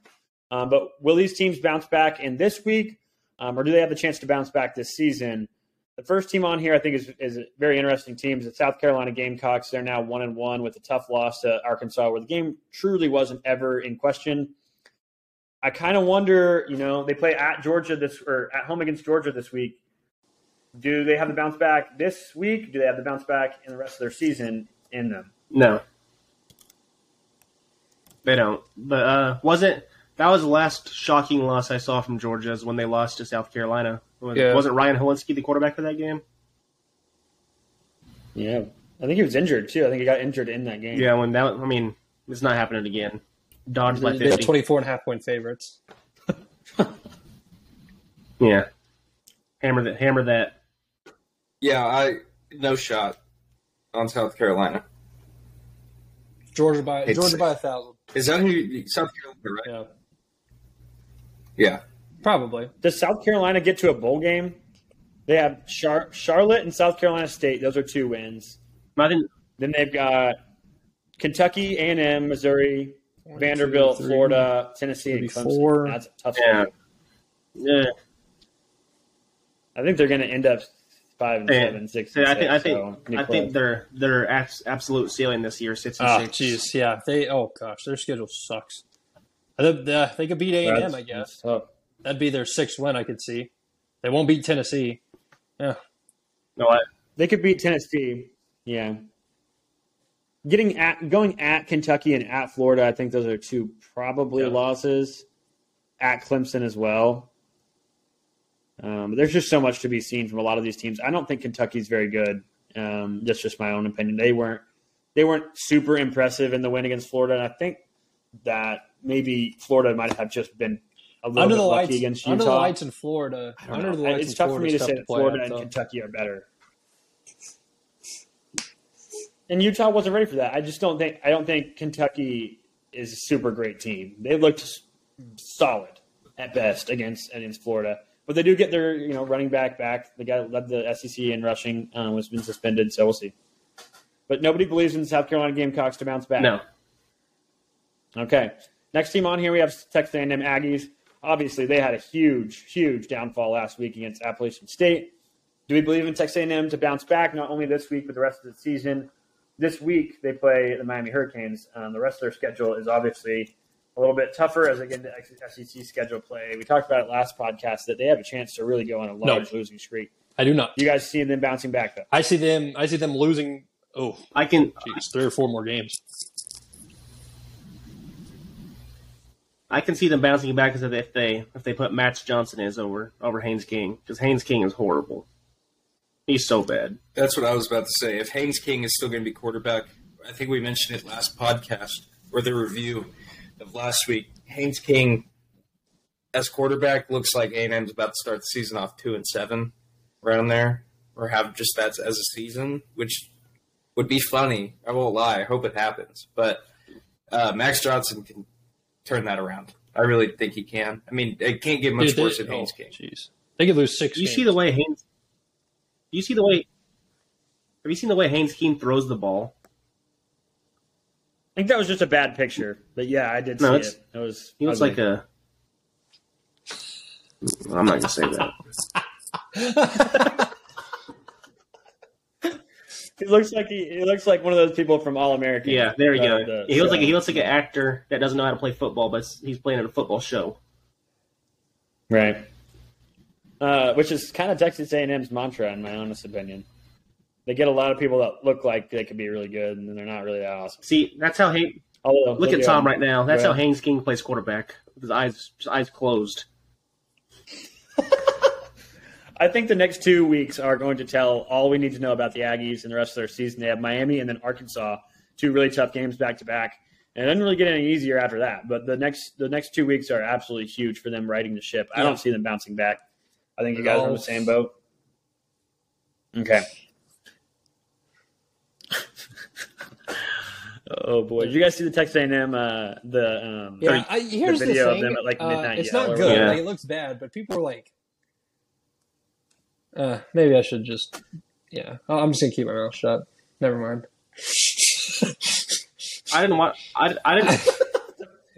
I: Um, but will these teams bounce back in this week, um, or do they have the chance to bounce back this season? The first team on here, I think, is is a very interesting team. Is the South Carolina Gamecocks? They're now one and one with a tough loss to Arkansas, where the game truly wasn't ever in question. I kind of wonder, you know, they play at Georgia this or at home against Georgia this week. Do they have the bounce back this week? Do they have the bounce back in the rest of their season in them?
K: No. They don't. But uh wasn't that was the last shocking loss I saw from Georgia is when they lost to South Carolina. Was,
I: Yeah.
K: was it Ryan Holinsky the quarterback for that game?
I: Yeah, I think he was injured too. I think he got injured in that game.
K: Yeah, when that I mean, it's not happening again. Dodged by
J: They're
K: fifty.
J: 24 and a half point favorites.
K: Yeah. Hammer that hammer that.
L: Yeah, I no shot on South Carolina.
J: Georgia by
L: It's-
J: Georgia by a thousand.
L: Is that who South Carolina?
J: Right?
L: Yeah.
J: Probably.
I: Does South Carolina get to a bowl game? They have Char- Charlotte and South Carolina State. Those are two wins. Then they've got Kentucky, A and M, Missouri, Vanderbilt,
K: three,
I: Florida, Tennessee, and Clemson.
K: four.
I: That's a tough
K: Yeah.
I: one.
K: Yeah.
I: I think they're going to end up five and
K: Yeah.
I: seven, six.
K: Yeah,
I: and
K: I think I
I: six,
K: think
I: so
K: I think
I: Nicola-
K: their their abs- absolute ceiling this year is six and
J: Oh,
K: six.
J: jeez, yeah. if They oh gosh, their schedule sucks. They, they, they could beat A and M,
K: That's-
J: I guess.
I: That'd
J: be their sixth win, I could see. They won't beat Tennessee. Yeah.
K: No, I,
I: they could beat Tennessee. Yeah. Getting at going at Kentucky and at Florida, I think those are two probably losses. At Clemson as well. Um, there's just so much to be seen from a lot of these teams. I don't think Kentucky's very good. Um, that's just my own opinion. They weren't they weren't super impressive in the win against Florida, and I think that maybe Florida might have just been a little
J: Under
I: bit
J: the
I: lucky
J: lights,
I: against Utah.
J: under the lights in Florida.
I: I don't
J: Under
I: know.
J: the lights
I: it's
J: in
I: tough for
J: Florida
I: me
J: is
I: to
J: tough
I: say that
J: play
I: Florida
J: at,
I: and
J: though.
I: Kentucky are better. And Utah wasn't ready for that. I just don't think I don't think Kentucky is a super great team. They looked s- solid at best against against Florida, but they do get their you know running back back. The guy that led the SEC in rushing um, has been suspended, so we'll see. But nobody believes in the South Carolina Gamecocks to bounce back.
K: No.
I: Okay. Next team on here, we have Texas A&M Aggies. Obviously, they had a huge, huge downfall last week against Appalachian State. Do we believe in Texas A&M to bounce back not only this week but the rest of the season? This week they play the Miami Hurricanes. Um, the rest of their schedule is obviously a little bit tougher as they get into SEC schedule play. We talked about it last podcast that they have a chance to really go on a
J: No.
I: large losing streak.
J: I do not.
I: You guys see them bouncing back though?
J: I see them. I see them losing. Oh,
K: I can.
J: Geez, three or four more games.
K: I can see them bouncing back as if they if they put Matt Johnson is over over Haynes King because Haynes King is horrible. He's so bad.
L: That's what I was about to say. If Haynes King is still going to be quarterback, I think we mentioned it last podcast or the review of last week. Haynes King as quarterback looks like A&M's about to start the season off two and seven around there, or have just that as a season, which would be funny. I won't lie. I hope it happens, but uh, Max Johnson can turn that around. I really think he can. I mean, it can't get much
J: Dude, they- Oh,
L: worse than Haynes King.
J: Jeez, they could lose six.
K: You see the way Haynes. You see the way. Have you seen the way Haynes King throws the ball?
I: I think that was just a bad picture, but yeah, I did
K: No,
I: see
K: it's-
I: it. That was
K: He looks
I: ugly.
K: like a. I'm not gonna say that.
I: He looks like he, he looks like one of those people from All American.
K: Yeah, there we
I: Uh,
K: go.
I: the-
K: he looks like
I: uh,
K: he looks like an actor that doesn't know how to play football, but he's playing at a football show.
I: Right. Uh, which is kind of Texas A&M's mantra, in my honest opinion. They get a lot of people that look like they could be really good, and then they're not really that awesome.
K: See, that's how he.
I: Although,
K: Look at Tom right now. That's
I: Well,
K: how Haynes King plays quarterback. With his eyes, his eyes closed.
I: I think the next two weeks are going to tell all we need to know about the Aggies and the rest of their season. They have Miami and then Arkansas, two really tough games back to back, and it doesn't really get any easier after that. But the next the next two weeks are absolutely huge for them riding the ship. I
J: Yeah.
I: don't see them bouncing back. I think you
J: At
I: guys are in
J: all.
I: the same boat. Okay. oh boy, did you guys see the Texas A&M uh, the um,
J: Yeah, I, here's
I: the
J: the,
I: video
J: thing.
I: of them at like
J: uh,
I: midnight?
J: it's
I: yell
J: not
I: or
J: good.
I: whatever?
J: Like, it looks bad, but people are like, uh, maybe I should just. Yeah, I- I'm just gonna keep my mouth shut. Never mind.
K: I didn't watch. I, I didn't.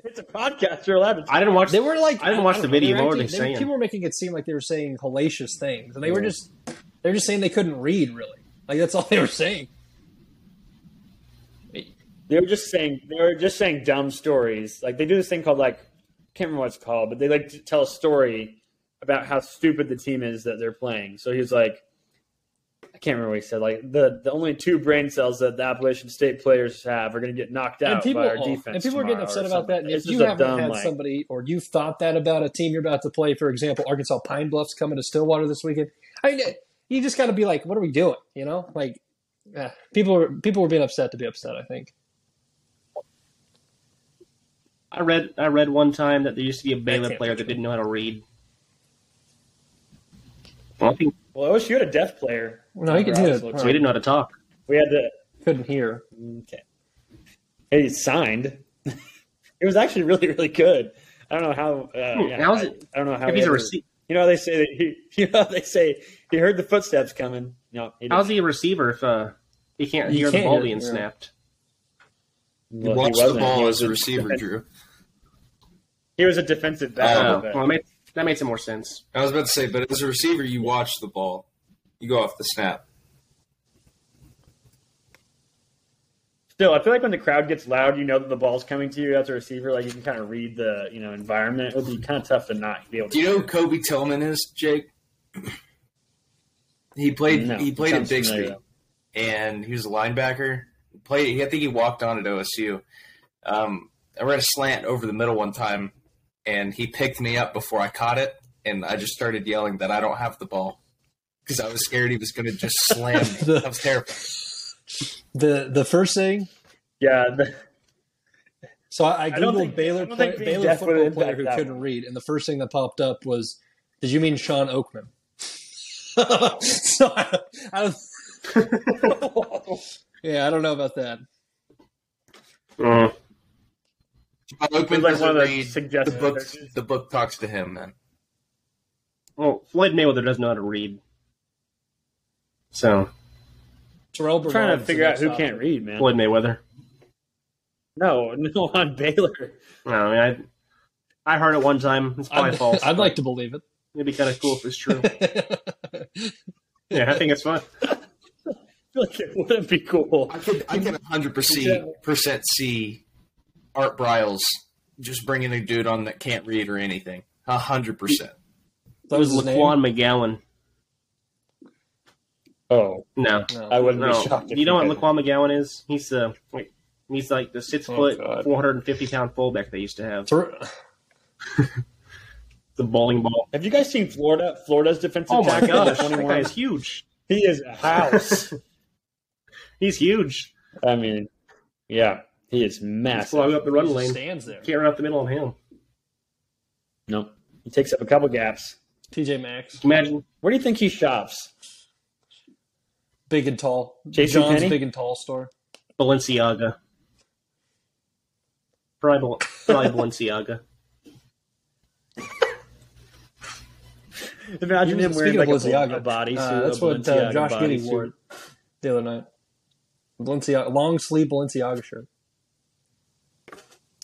I: it's a podcast. You're allowed.
K: I didn't watch.
J: They were like,
K: I didn't watch
J: don't
K: the
J: know, they
K: video.
J: were
K: What were they
J: acting- they-
K: saying?
J: People were making it seem like they were saying hellacious things, and they were
K: Yeah.
J: just They're just saying they couldn't read, really. Like that's all they were saying.
I: They were just saying they were just saying dumb stories. Like they do this thing called like can't remember what it's called, but they like to tell a story about how stupid the team is that they're playing. So he's like, I can't remember what he said. Like the the only two brain cells that the Appalachian State players have are going to get knocked out
J: and people,
I: by our
J: oh,
I: defense.
J: and people are getting
I: tomorrow
J: upset
I: or
J: about that. And
I: something. It's
J: if you
I: just a
J: haven't
I: dumb,
J: had
I: like-
J: somebody or you've thought that about a team you're about to play, for example, Arkansas Pine Bluffs coming to Stillwater this weekend. I mean, you just got to be like, what are we doing? You know, like eh, people were people were being upset to be upset. I think.
K: I read I read one time that there used to be a Baylor
I: can't
K: player that didn't know how to read. Well, I think
I: Well, OSU had a deaf player.
J: No, he could
I: Remember,
J: hear
I: I was
J: it.
I: looking-
K: so he didn't know how to talk.
I: We had to
J: couldn't hear.
I: Okay. Hey, it's signed. it was actually really, really good. I don't know how. Uh,
K: Hmm,
I: yeah,
K: how is
I: I-
K: it-
I: I, don't know how.
K: if
I: he
K: he's a
I: ever-
K: receipt-
I: You know how they say that he. You know how they say he heard the footsteps coming. No, he didn't.
K: How's he a receiver if uh, he can't
I: You
K: hear
I: can't
K: the ball
I: hear-
K: being
I: yeah.
K: snapped?
I: Well,
L: You
I: he
L: watch the
I: wasn't.
L: ball
I: He
L: as a
I: was
L: receiver,
I: defen-
L: Drew.
I: He was a defensive
K: Oh,
I: back.
K: well, that made, that made some more sense.
L: I was about to say, but as a receiver, you watch the ball. You go off the snap.
I: Still, I feel like when the crowd gets loud, you know that the ball's coming to you as a receiver. Like you can kind of read the you know environment. It would be kind of tough to not be able to.
L: Do you know who Kobe Tillman is, Jake? He played.
I: No,
L: he played at
I: sounds familiar,
L: Bixby,
I: though.
L: and he was a linebacker. He Played. I think he walked on at OSU. Um, I read a slant over the middle one time, and he picked me up before I caught it, and I just started yelling that I don't have the ball because I was scared he was going to just slam me. I was terrified.
J: The the first thing.
I: Yeah.
J: so I, I
I: I don't
J: googled
I: think- I
J: Baylor
I: don't
J: play,
I: think being
J: Baylor
I: deaf would
J: football
I: impact
J: player who
I: that
J: couldn't read, and the first thing that popped up was, "Did you mean Sean Oakman?" so I, I don't, yeah, I don't know about that.
L: Sean Oakman
I: It's like
L: doesn't
I: one of the
L: read the
I: suggested-
L: book. The book talks to him, man.
K: Well, Floyd Mayweather doesn't know how to read. So
J: Terrell
I: I'm trying to
J: Bernard's the
I: figure out
J: next
I: who
J: option.
I: can't read, man.
K: Floyd Mayweather.
I: No, no, on Baylor.
K: I, don't know, I, mean, I I heard it one time. It's probably
J: I'd,
K: false.
J: I'd like to believe it.
K: It'd be kind of cool if it's true. yeah, I think it's fun.
I: Like it wouldn't be cool.
L: I could I can hundred percent percent see Art Briles just bringing a dude on that can't read or anything. A hundred percent.
K: It was Laquan McGowan.
I: Oh
K: No,
J: No.
I: I wouldn't
K: no.
I: be shocked. If
K: You know
I: he
K: what
I: didn't. Oh,
K: Laquan McGowan is? He's uh, like, he's like the six foot,
I: God.
K: four hundred and fifty pound fullback they used to have.
J: Ter-
K: The bowling ball.
I: Have you guys seen Florida? Florida's defensive
K: Oh my
I: tackle,
K: gosh, that
I: twenty
K: guy
I: one.
K: is huge.
I: He is a house.
K: He's huge.
I: I mean, yeah, he is
K: He's
I: massive.
K: flying up the run
J: He
K: lane.
J: stands there.
K: Can't run up the middle of him.
I: No, he takes up a couple gaps.
J: TJ Maxx,
K: Imagine
I: Where do you think he shops?
J: big and tall.
I: JC
J: John's
I: Penney?
J: big and tall store.
K: Balenciaga. Probably, Bal- probably Balenciaga.
I: Imagine him wearing
J: Speaking
I: like a,
J: of
I: bo-
J: Balenciaga,
I: a bodysuit.
J: uh, that's
I: a
J: what
I: Balenciaga
J: uh, Josh Giddy
I: bodysuit.
J: wore the other night. Balenciaga, long sleeve Balenciaga shirt.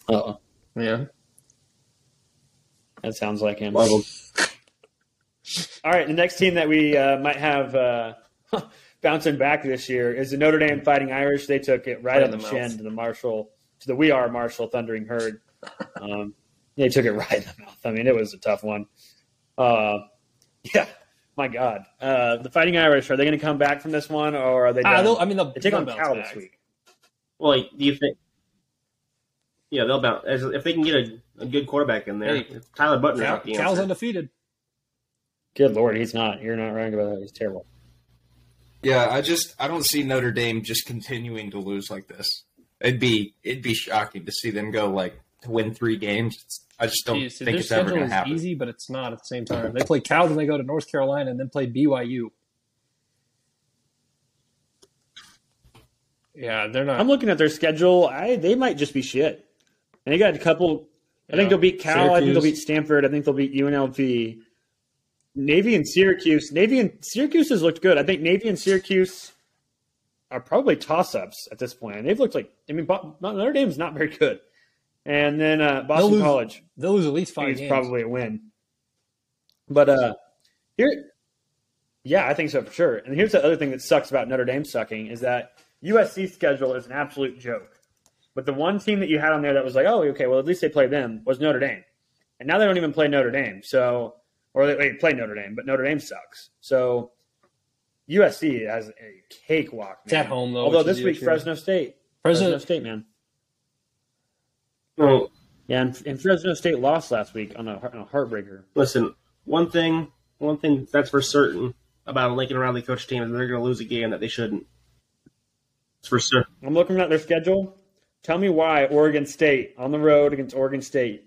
I: Uh-oh.
J: Yeah,
I: That sounds like him.
K: Well,
I: All right, the next team that we uh, might have uh, bouncing back this year is the Notre Dame Fighting Irish. They took it right
J: Right
I: on the,
J: in the
I: chin
J: mouth.
I: to the Marshall, to the We Are Marshall Thundering Herd. Um, they took it right in the mouth. I mean, it was a tough one. Uh, yeah, my God. Uh, the Fighting Irish, are they going to come back from this one, or are they
J: I,
I: done?
J: don't, Ah, I mean, the,
I: they take on
J: the bounce
I: Cal
J: back.
I: this week.
K: like, do you think? Yeah, they'll bounce as- if they can get a, a good quarterback in there.
J: Hey.
K: Tyler Butner.
J: Cal,
K: not the
J: Cal's
K: answer.
J: undefeated.
I: Good Lord, he's not. You're not wrong about that. He's terrible.
L: Yeah, I just I don't see Notre Dame just continuing to lose like this. It'd be it'd be shocking to see them go like to win three games. It's, I just don't
J: Jeez,
L: think
J: their
L: it's ever
J: schedule
L: going to
J: is
L: happen.
J: easy, but it's not at the same time. They play Cal, then they go to North Carolina, and then play BYU. Yeah, they're not.
I: I'm looking at their schedule. I they might just be shit. And they got a couple. I think
J: Yeah.
I: they'll beat Cal. I think they'll
J: Syracuse.
I: beat Stanford. I think they'll beat UNLV. Navy and Syracuse. Navy and Syracuse has looked good. I think Navy and Syracuse are probably toss ups at this point. And they've looked like I mean, Bo- Notre Dame's not very good. And then uh, Boston
J: lose
I: College
J: They'll lose at least
I: I think
J: five
I: it's
J: games.
I: probably a win. But uh, here, Yeah, I think so for sure. And here's the other thing that sucks about Notre Dame sucking is that USC's schedule is an absolute joke. But the one team that you had on there that was like, oh, okay, well, at least they play them was Notre Dame. And now they don't even play Notre Dame. So, or they, they play Notre Dame, but Notre Dame sucks. So USC has a cakewalk.
J: It's at home, though,
I: Although
J: which is
I: this
J: the
I: week,
J: issue.
I: Fresno State.
J: Fresno-
I: Fresno State, man.
K: Well,
I: Yeah, and, and Fresno State lost last week on a, on a heartbreaker.
K: listen, one thing, one thing that's for certain about a Lincoln Riley coach team is they're going to lose a game that they shouldn't. It's for certain.
I: I'm looking at their schedule. Tell me why Oregon State on the road against Oregon State.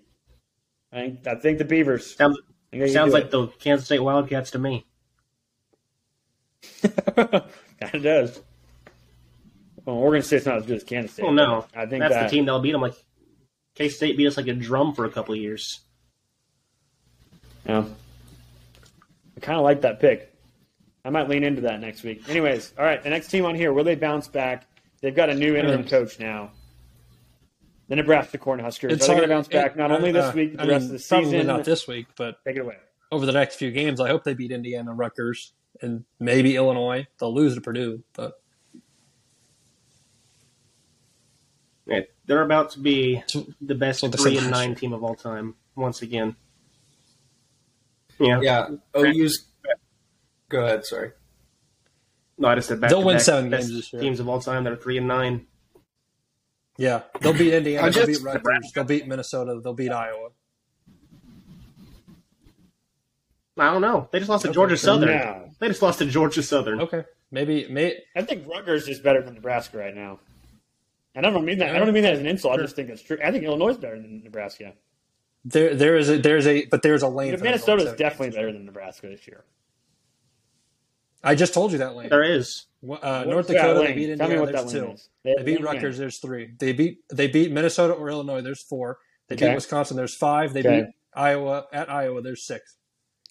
I: I think, I think the Beavers.
K: Sounds,
I: I think they can
K: Sounds
I: do
K: like
I: it.
K: the Kansas State Wildcats to me.
I: That it does. Well, Oregon State's not as good as Kansas State.
K: Oh no,
I: I think
K: that's
I: that,
K: the team that'll beat them. Like K State beat us like a drum for a couple of years.
I: Yeah. I kind of like that pick. I might lean into that next week. Anyways, all right, the next team on here, will they bounce back? They've got a new interim coach now. The Nebraska Cornhuskers.
J: It's
I: Are they going to
J: hard-
I: bounce back
J: it-
I: not only this
J: uh,
I: week, but
J: I
I: the rest
J: mean,
I: of the
J: probably
I: season?
J: not this week, but
I: take it away.
J: Over the next few games, I hope they beat Indiana, Rutgers, and maybe Illinois. They'll lose to Purdue, but
K: Yeah, They're about to be the best
J: what they
K: three
J: said
K: and
J: last
K: nine team of all time once again. Yeah,
L: yeah. OU's. Go ahead. Sorry.
K: No, I just said back.
J: They'll win
K: back
J: seven
K: best
J: games this year.
K: Teams of all time that are three and nine.
J: yeah, they'll beat Indiana,
K: I
J: they'll
K: just-
J: beat Rutgers, they'll beat Minnesota, they'll beat Iowa.
K: I don't know. They just lost to
J: Okay,
K: Georgia
J: so
K: Southern.
I: now-
K: They just lost to Georgia Southern.
J: Okay, maybe. May,
I: I think Rutgers is better than Nebraska right now. And I don't mean that. I don't mean that as an insult. I just think it's true. I think Illinois is better than Nebraska.
J: There, there is a, there's a, but there's a lane.
I: But
J: for them to
I: Minnesota
J: go
I: is definitely better than Nebraska this year.
J: I just told you that lane.
K: There is.
J: Uh,
I: What's
J: North
I: that
J: Dakota, they
I: lane?
J: beat
I: Tell me
J: Indiana.
I: what that
J: There's
I: lane
J: two.
I: is.
J: They,
I: They
J: beat
I: beat
J: Rutgers. There's three. They beat they beat Minnesota or Illinois. There's four. They
I: Okay.
J: beat Wisconsin. There's five. They
I: Okay.
J: beat Iowa at Iowa. There's six.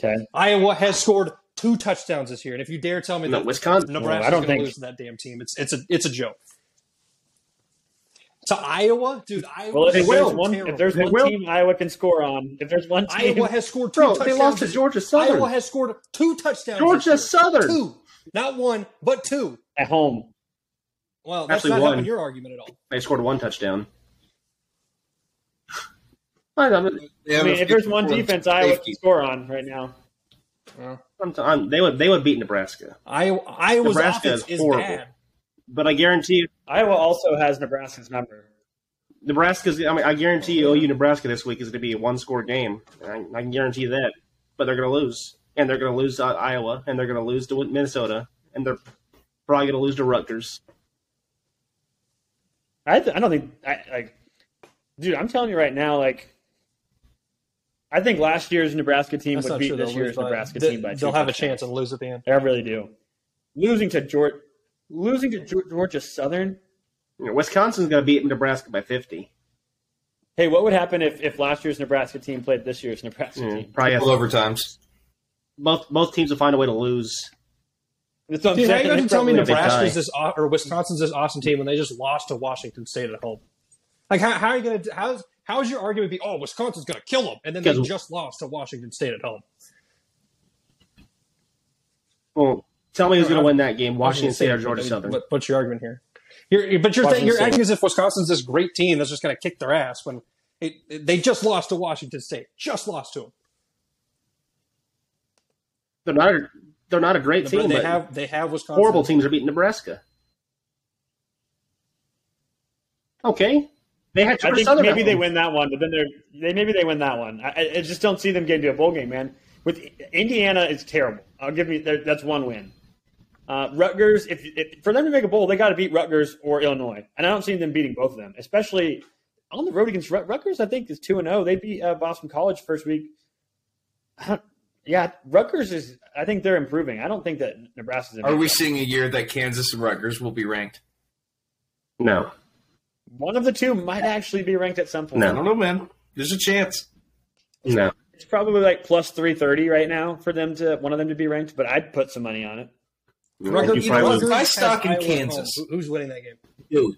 I: Okay.
J: Iowa has scored two touchdowns this year, and if you dare tell me
K: No,
J: that
K: Wisconsin-
J: Nebraska's
K: No, I don't
J: going
K: think-
J: to lose to that damn team, it's it's a it's a joke. To Iowa, dude, Iowa.
I: Well, if,
J: is
I: there's
J: so
I: one,
J: terrible.
I: if there's one team Iowa can score on, if there's one team,
J: Iowa has scored two
K: Bro,
J: touchdowns.
K: they lost to
J: this-
K: Georgia Southern.
J: Iowa has scored two touchdowns.
K: Georgia
J: this year.
K: Southern.
J: Two. Not one, but two.
I: at home.
J: Well, that's
K: Actually,
J: not
K: one.
J: helping your argument at all.
K: They scored one touchdown. I know, but-
I: I mean, if there's one defense Iowa can score on right now,
K: Sometime- they would they would beat Nebraska.
J: Iowa, Iowa's
K: Nebraska
J: offense
K: is
J: is,
K: horrible.
J: bad.
K: But I guarantee you,
I: Iowa also has Nebraska's number.
K: Nebraska's. I mean, I guarantee you, OU Nebraska this week is going to be a one score game. I, I can guarantee you that. But they're going to lose, and they're going to lose to Iowa, and they're going to lose to Minnesota, and they're probably going to lose to Rutgers.
I: I, th- I don't think I like, dude. I'm telling you right now, like, I think last year's Nebraska team
J: That's
I: would
J: not
I: beat
J: true.
I: this
J: They'll
I: year's
J: lose by-
I: Nebraska
J: they-
I: team by two.
J: They'll have a
I: touchdowns.
J: chance and lose at the end.
I: I really do. Losing to Georgia, losing to Geor- Georgia Southern.
K: You know, Wisconsin's going to beat Nebraska by fifty.
I: Hey, what would happen if, if last year's Nebraska team played this year's Nebraska
K: Yeah,
I: team?
K: probably
L: Double overtimes.
K: Both both teams will find a way to lose.
I: That's what I'm
J: Dude, how
I: saying.
J: you going to
I: It's
J: tell me
I: probably-
J: Nebraska's this aw- or Wisconsin's this awesome team when they just lost to Washington State at home? Like, how, how are you going to how's how's your argument be? Oh, Wisconsin's going to kill them, and then they
K: 'Cause-
J: just lost to Washington State at home.
K: Well, tell me who's going
J: I'm-
K: to win that game:
J: I'm
K: Washington
J: just
K: State or
J: saying,
K: Georgia
J: but-
K: Southern.
J: But what's your argument here? You're, you're- but you're saying,
K: Washington
J: you're
K: State.
J: acting as if Wisconsin's this great team that's just going to kick their ass when it, it- they just lost to Washington State, just lost to them.
K: They're not. A, they're not a great
J: But
K: team.
J: they
K: but
J: have they have Wisconsin.
K: horrible teams are beating Nebraska. Okay, they had
I: I
K: Georgia
I: think
K: Southern. at
I: maybe they
K: home.
I: win that one, but then they're they maybe they win that one. I- I, I just don't see them getting to a bowl game, man. With Indiana, it's terrible. I'll give you that- that's one win. Uh, Rutgers, if, if for them to make a bowl, they got to beat Rutgers or Illinois, and I don't see them beating both of them, especially on the road against Rut- Rutgers. I think is two and zero. They beat uh, Boston College first week. I don't- yeah, Rutgers is. I think they're improving. I don't think that Nebraska's.
L: Are we
I: improving.
L: seeing a year that Kansas and Rutgers will be ranked?
K: No,
I: One of the two might actually be ranked at some point.
L: I don't know, man. There's a chance.
K: no.
I: It's probably like plus three thirty right now for them to one of them to be ranked, but I'd put some money on it.
K: You probably
L: Rutgers-
K: lose.
L: I stock in
J: Iowa at home.
L: Kansas.
J: Who- Who's winning that game
L: Dude,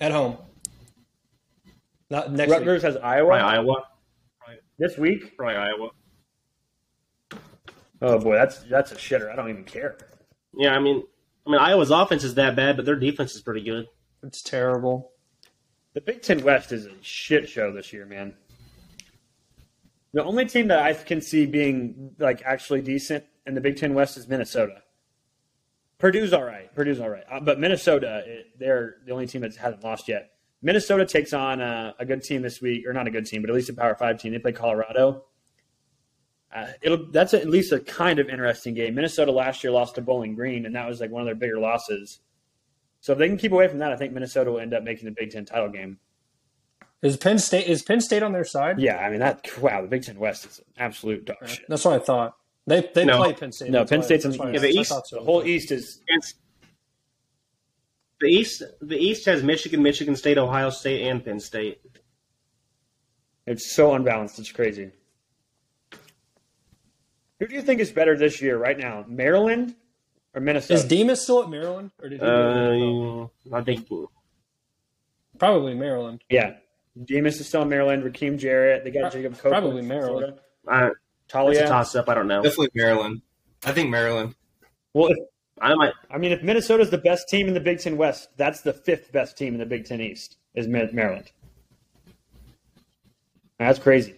J: at home? Not next week.
I: Rutgers has Iowa
K: Probably Iowa.
I: this week.
K: Probably Iowa.
I: Oh boy, that's that's a shitter. I don't even care.
K: Yeah, I mean, I mean, Iowa's offense is that bad, but their defense is pretty good.
J: It's terrible.
I: The Big Ten West is a shit show this year, man. The only team that I can see being like actually decent in the Big Ten West is Minnesota. Purdue's all right. Purdue's all right, Uh, but Minnesota, it, they're the only team that hasn't lost yet. Minnesota takes on uh, a good team this week, or not a good team, but at least a Power Five team. They play Colorado. Uh, it'll that's at least a kind of interesting game. Minnesota last year lost to Bowling Green, and that was like one of their bigger losses. So if they can keep away from that, I think Minnesota will end up making the Big Ten title game.
J: Is Penn State is Penn State on their side?
I: Yeah, I mean that. Wow, the Big Ten West is an absolute dog shit.
J: That's what I thought. They they play Penn State.
I: No,
J: That's
I: Penn
J: why-
I: State's in
J: that's why I-
I: the
J: I
I: East.
J: thought so.
I: The whole East is
K: The East, the East has Michigan, Michigan State, Ohio State, and Penn State.
I: It's so unbalanced. It's crazy. Who do you think is better this year, right now, Maryland or Minnesota?
J: Is Demas still at Maryland, or did he?
K: Uh, I think
J: probably Maryland.
I: yeah, Demas is still in Maryland. Raheem Jarrett. They got
J: Pro-
I: Jacob Copeland.
J: probably
I: from
J: Maryland.
I: Florida.
K: I,
I: Talia.
K: It's a toss up. I don't know.
L: Definitely Maryland. I think Maryland.
I: Well, if,
K: I might.
I: I mean, if Minnesota's the best team in the Big Ten West, that's the fifth best team in the Big Ten East. Is Ma- Maryland? That's crazy.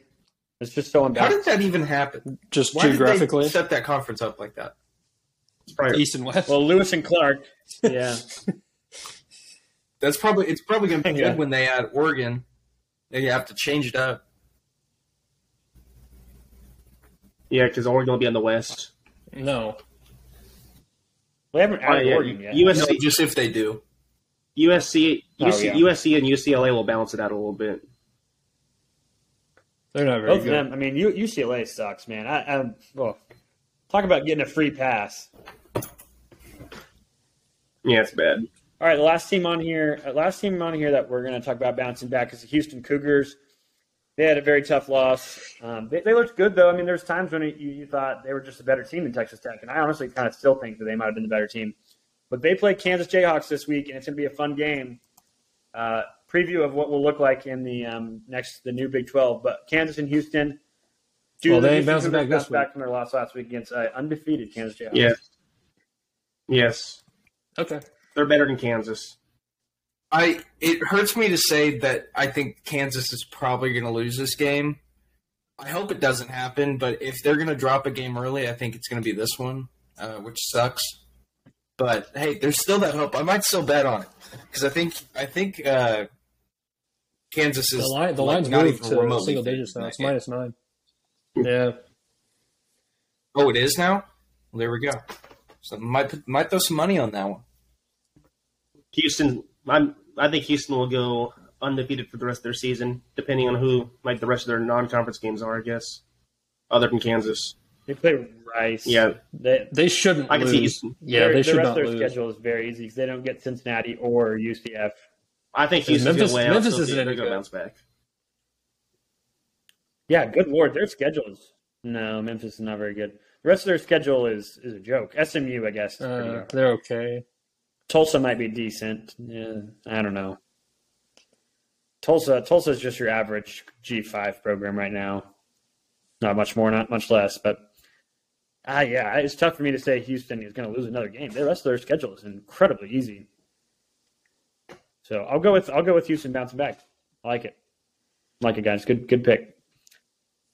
I: It's just so
L: How
I: unbalanced.
L: did that even happen?
J: Just
L: Why did they
J: geographically?
L: set that conference up like that.
K: probably-
J: East and West.
I: Well, Lewis and Clark. Yeah.
L: That's probably it's probably going to be
I: Yeah.
L: good when they add Oregon. They have to change it up.
K: Yeah, because Oregon will be on the West.
J: No,
I: They haven't
K: Oh,
I: added
K: yeah.
I: Oregon yet.
K: USC,
L: No, just if they do.
K: USC,
I: Oh,
K: UC
I: yeah.
K: USC, and UCLA will balance it out a little bit.
J: they're not very
I: Both of
J: good.
I: them. I mean, U- UCLA sucks, man. I, I well, talk about getting a free pass.
K: Yeah, it's bad.
I: All right, the last team on here, uh, last team on here that we're going to talk about bouncing back is the Houston Cougars. They had a very tough loss. Um, they, they looked good though. I mean, there's times when you, you thought they were just a better team than Texas Tech, and I honestly kind of still think that they might have been the better team. But they play Kansas Jayhawks this week, and it's going to be a fun game. Uh, preview of what will look like in the um, next the new Big 12. But Kansas and Houston. do
J: Well,
I: the
J: they ain't
I: Houston
J: bouncing
I: Cougars
J: back this
I: bounce back from their loss last week against uh, undefeated Kansas Jayhawks.
K: Yeah. Yes,
J: Okay.
K: they're better than Kansas.
L: I it hurts me to say that I think Kansas is probably going to lose this game. I hope it doesn't happen, but if they're going to drop a game early, I think it's going to be this one, uh, which sucks. But hey, there's still that hope. I might still bet on it because I think I think uh, Kansas is
J: The line the
L: like,
J: line's
L: not
J: moved
L: even
J: to
L: remotely
J: single
L: favored
J: digits
L: in
J: now.
L: that
J: It's
L: game.
J: minus nine. Yeah.
L: Oh, it is now. Well, there we go. So might put- might throw some money on that one.
K: Houston, I'm, I think Houston will go undefeated for the rest of their season, depending on who like the rest of their non-conference games are. I guess, other than Kansas.
I: They play Rice.
K: Yeah,
I: They,
J: They shouldn't.
K: I can
J: lose.
K: see Houston.
J: Yeah,
I: their,
J: they
I: the
J: should
I: rest
J: not
I: of their
J: lose.
I: schedule is very easy because they don't get Cincinnati or UCF.
K: I think
J: Dude,
K: Houston's
J: Memphis-
K: going to win.
J: Memphis
K: Memphis is
J: isn't any
K: going to
J: good.
K: bounce back.
I: Yeah, good lord, their schedule is no. Memphis is not very good. The rest of their schedule is is a joke. SMU, I guess. Is pretty
J: Uh,
I: good.
J: they're okay.
I: Tulsa might be decent. Yeah, I don't know. Tulsa, Tulsa is just your average G five program right now. Not much more, not much less, but. Ah, yeah, it's tough for me to say Houston is going to lose another game. The rest of their schedule is incredibly easy, so I'll go with I'll go with Houston bouncing back. I like it, I like it, guys. Good good pick.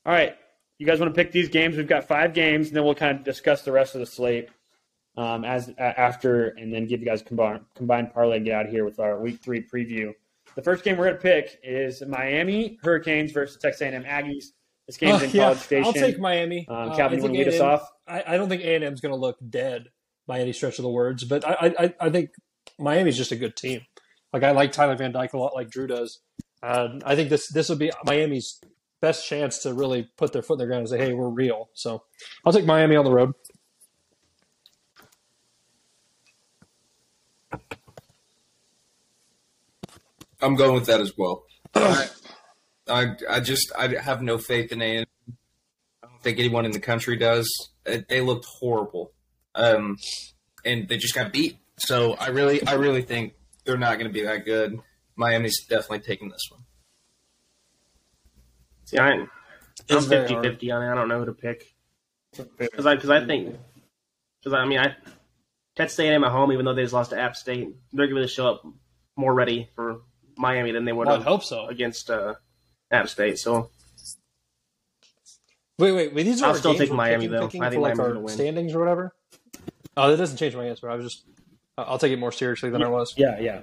I: All right, you guys want to pick these games? We've got five games, and then we'll kind of discuss the rest of the slate um, as a- after, and then give you guys combined combined parlay and get out of here with our week three preview. The first game we're going to pick is Miami Hurricanes versus Texas A&M Aggies. This game's
J: Oh,
I: in
J: yeah.
I: College Station.
J: I'll take Miami.
I: Um,
J: Uh,
I: Calvin,
J: I
I: you
J: think
I: wanna lead us
J: A&M
I: off?
J: I, I don't think A and M's going to look dead by any stretch of the words, but I, I- I, I think Miami's just a good team. Like I like Tyler Van Dyke a lot, like Drew does. Uh, I think this this will be Miami's best chance to really put their foot in the ground and say, "Hey, we're real." So I'll take Miami on the road.
L: I'm going with that as well. I, I, I just I have no faith in A. I don't think anyone in the country does. Uh, They looked horrible, um, and they just got beat. So I really I really think they're not going to be that good. Miami's definitely taking this one.
K: See, I, I'm
J: It's very
K: 50 50 on it. I don't know who to pick. Because I, cause I think, because I mean, I Texas A&M at home, even though they just lost to App State, they're going to show up more ready for Miami than they would
J: I
K: have
J: hope so.
K: against uh, App State. So
J: Wait, wait, wait. These are
K: I'll
J: our
K: still
J: games
K: take
J: we're
K: Miami,
J: picking-
K: though.
J: picking
K: I think
J: for, like,
K: Miami's
J: our
K: gonna win.
J: standings or whatever. Oh, that doesn't change my answer. I was just, I- I'll take it more seriously than I was.
I: Yeah, yeah,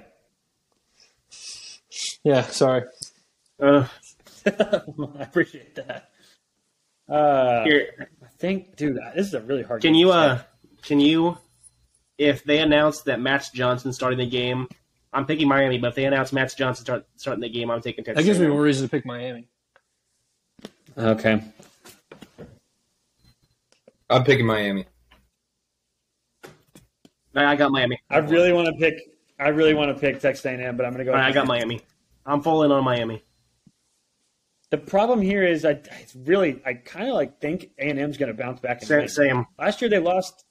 J: yeah. Sorry.
K: Uh,
I: I appreciate that. Uh,
K: Here.
I: I think, dude, this is a really hard.
K: can
I: game
K: you
I: to
K: uh can you if they announce that Matt Johnson starting the game, I'm picking Miami. But if they announce Matt Johnson start, starting the game, I'm taking Texas.
J: That gives me
K: A&M.
J: more reason to pick Miami.
K: uh,
I: Okay.
L: I'm picking Miami.
K: I I got Miami.
I: I really want to pick. I really want to pick Texas A&M, but I'm going to go.
K: All right, I got Miami. I'm falling on Miami.
I: The problem here is, I it's really, I kind of like think A&M's going to bounce back. And
K: Sa-
I: win.
K: same.
I: Last year they lost.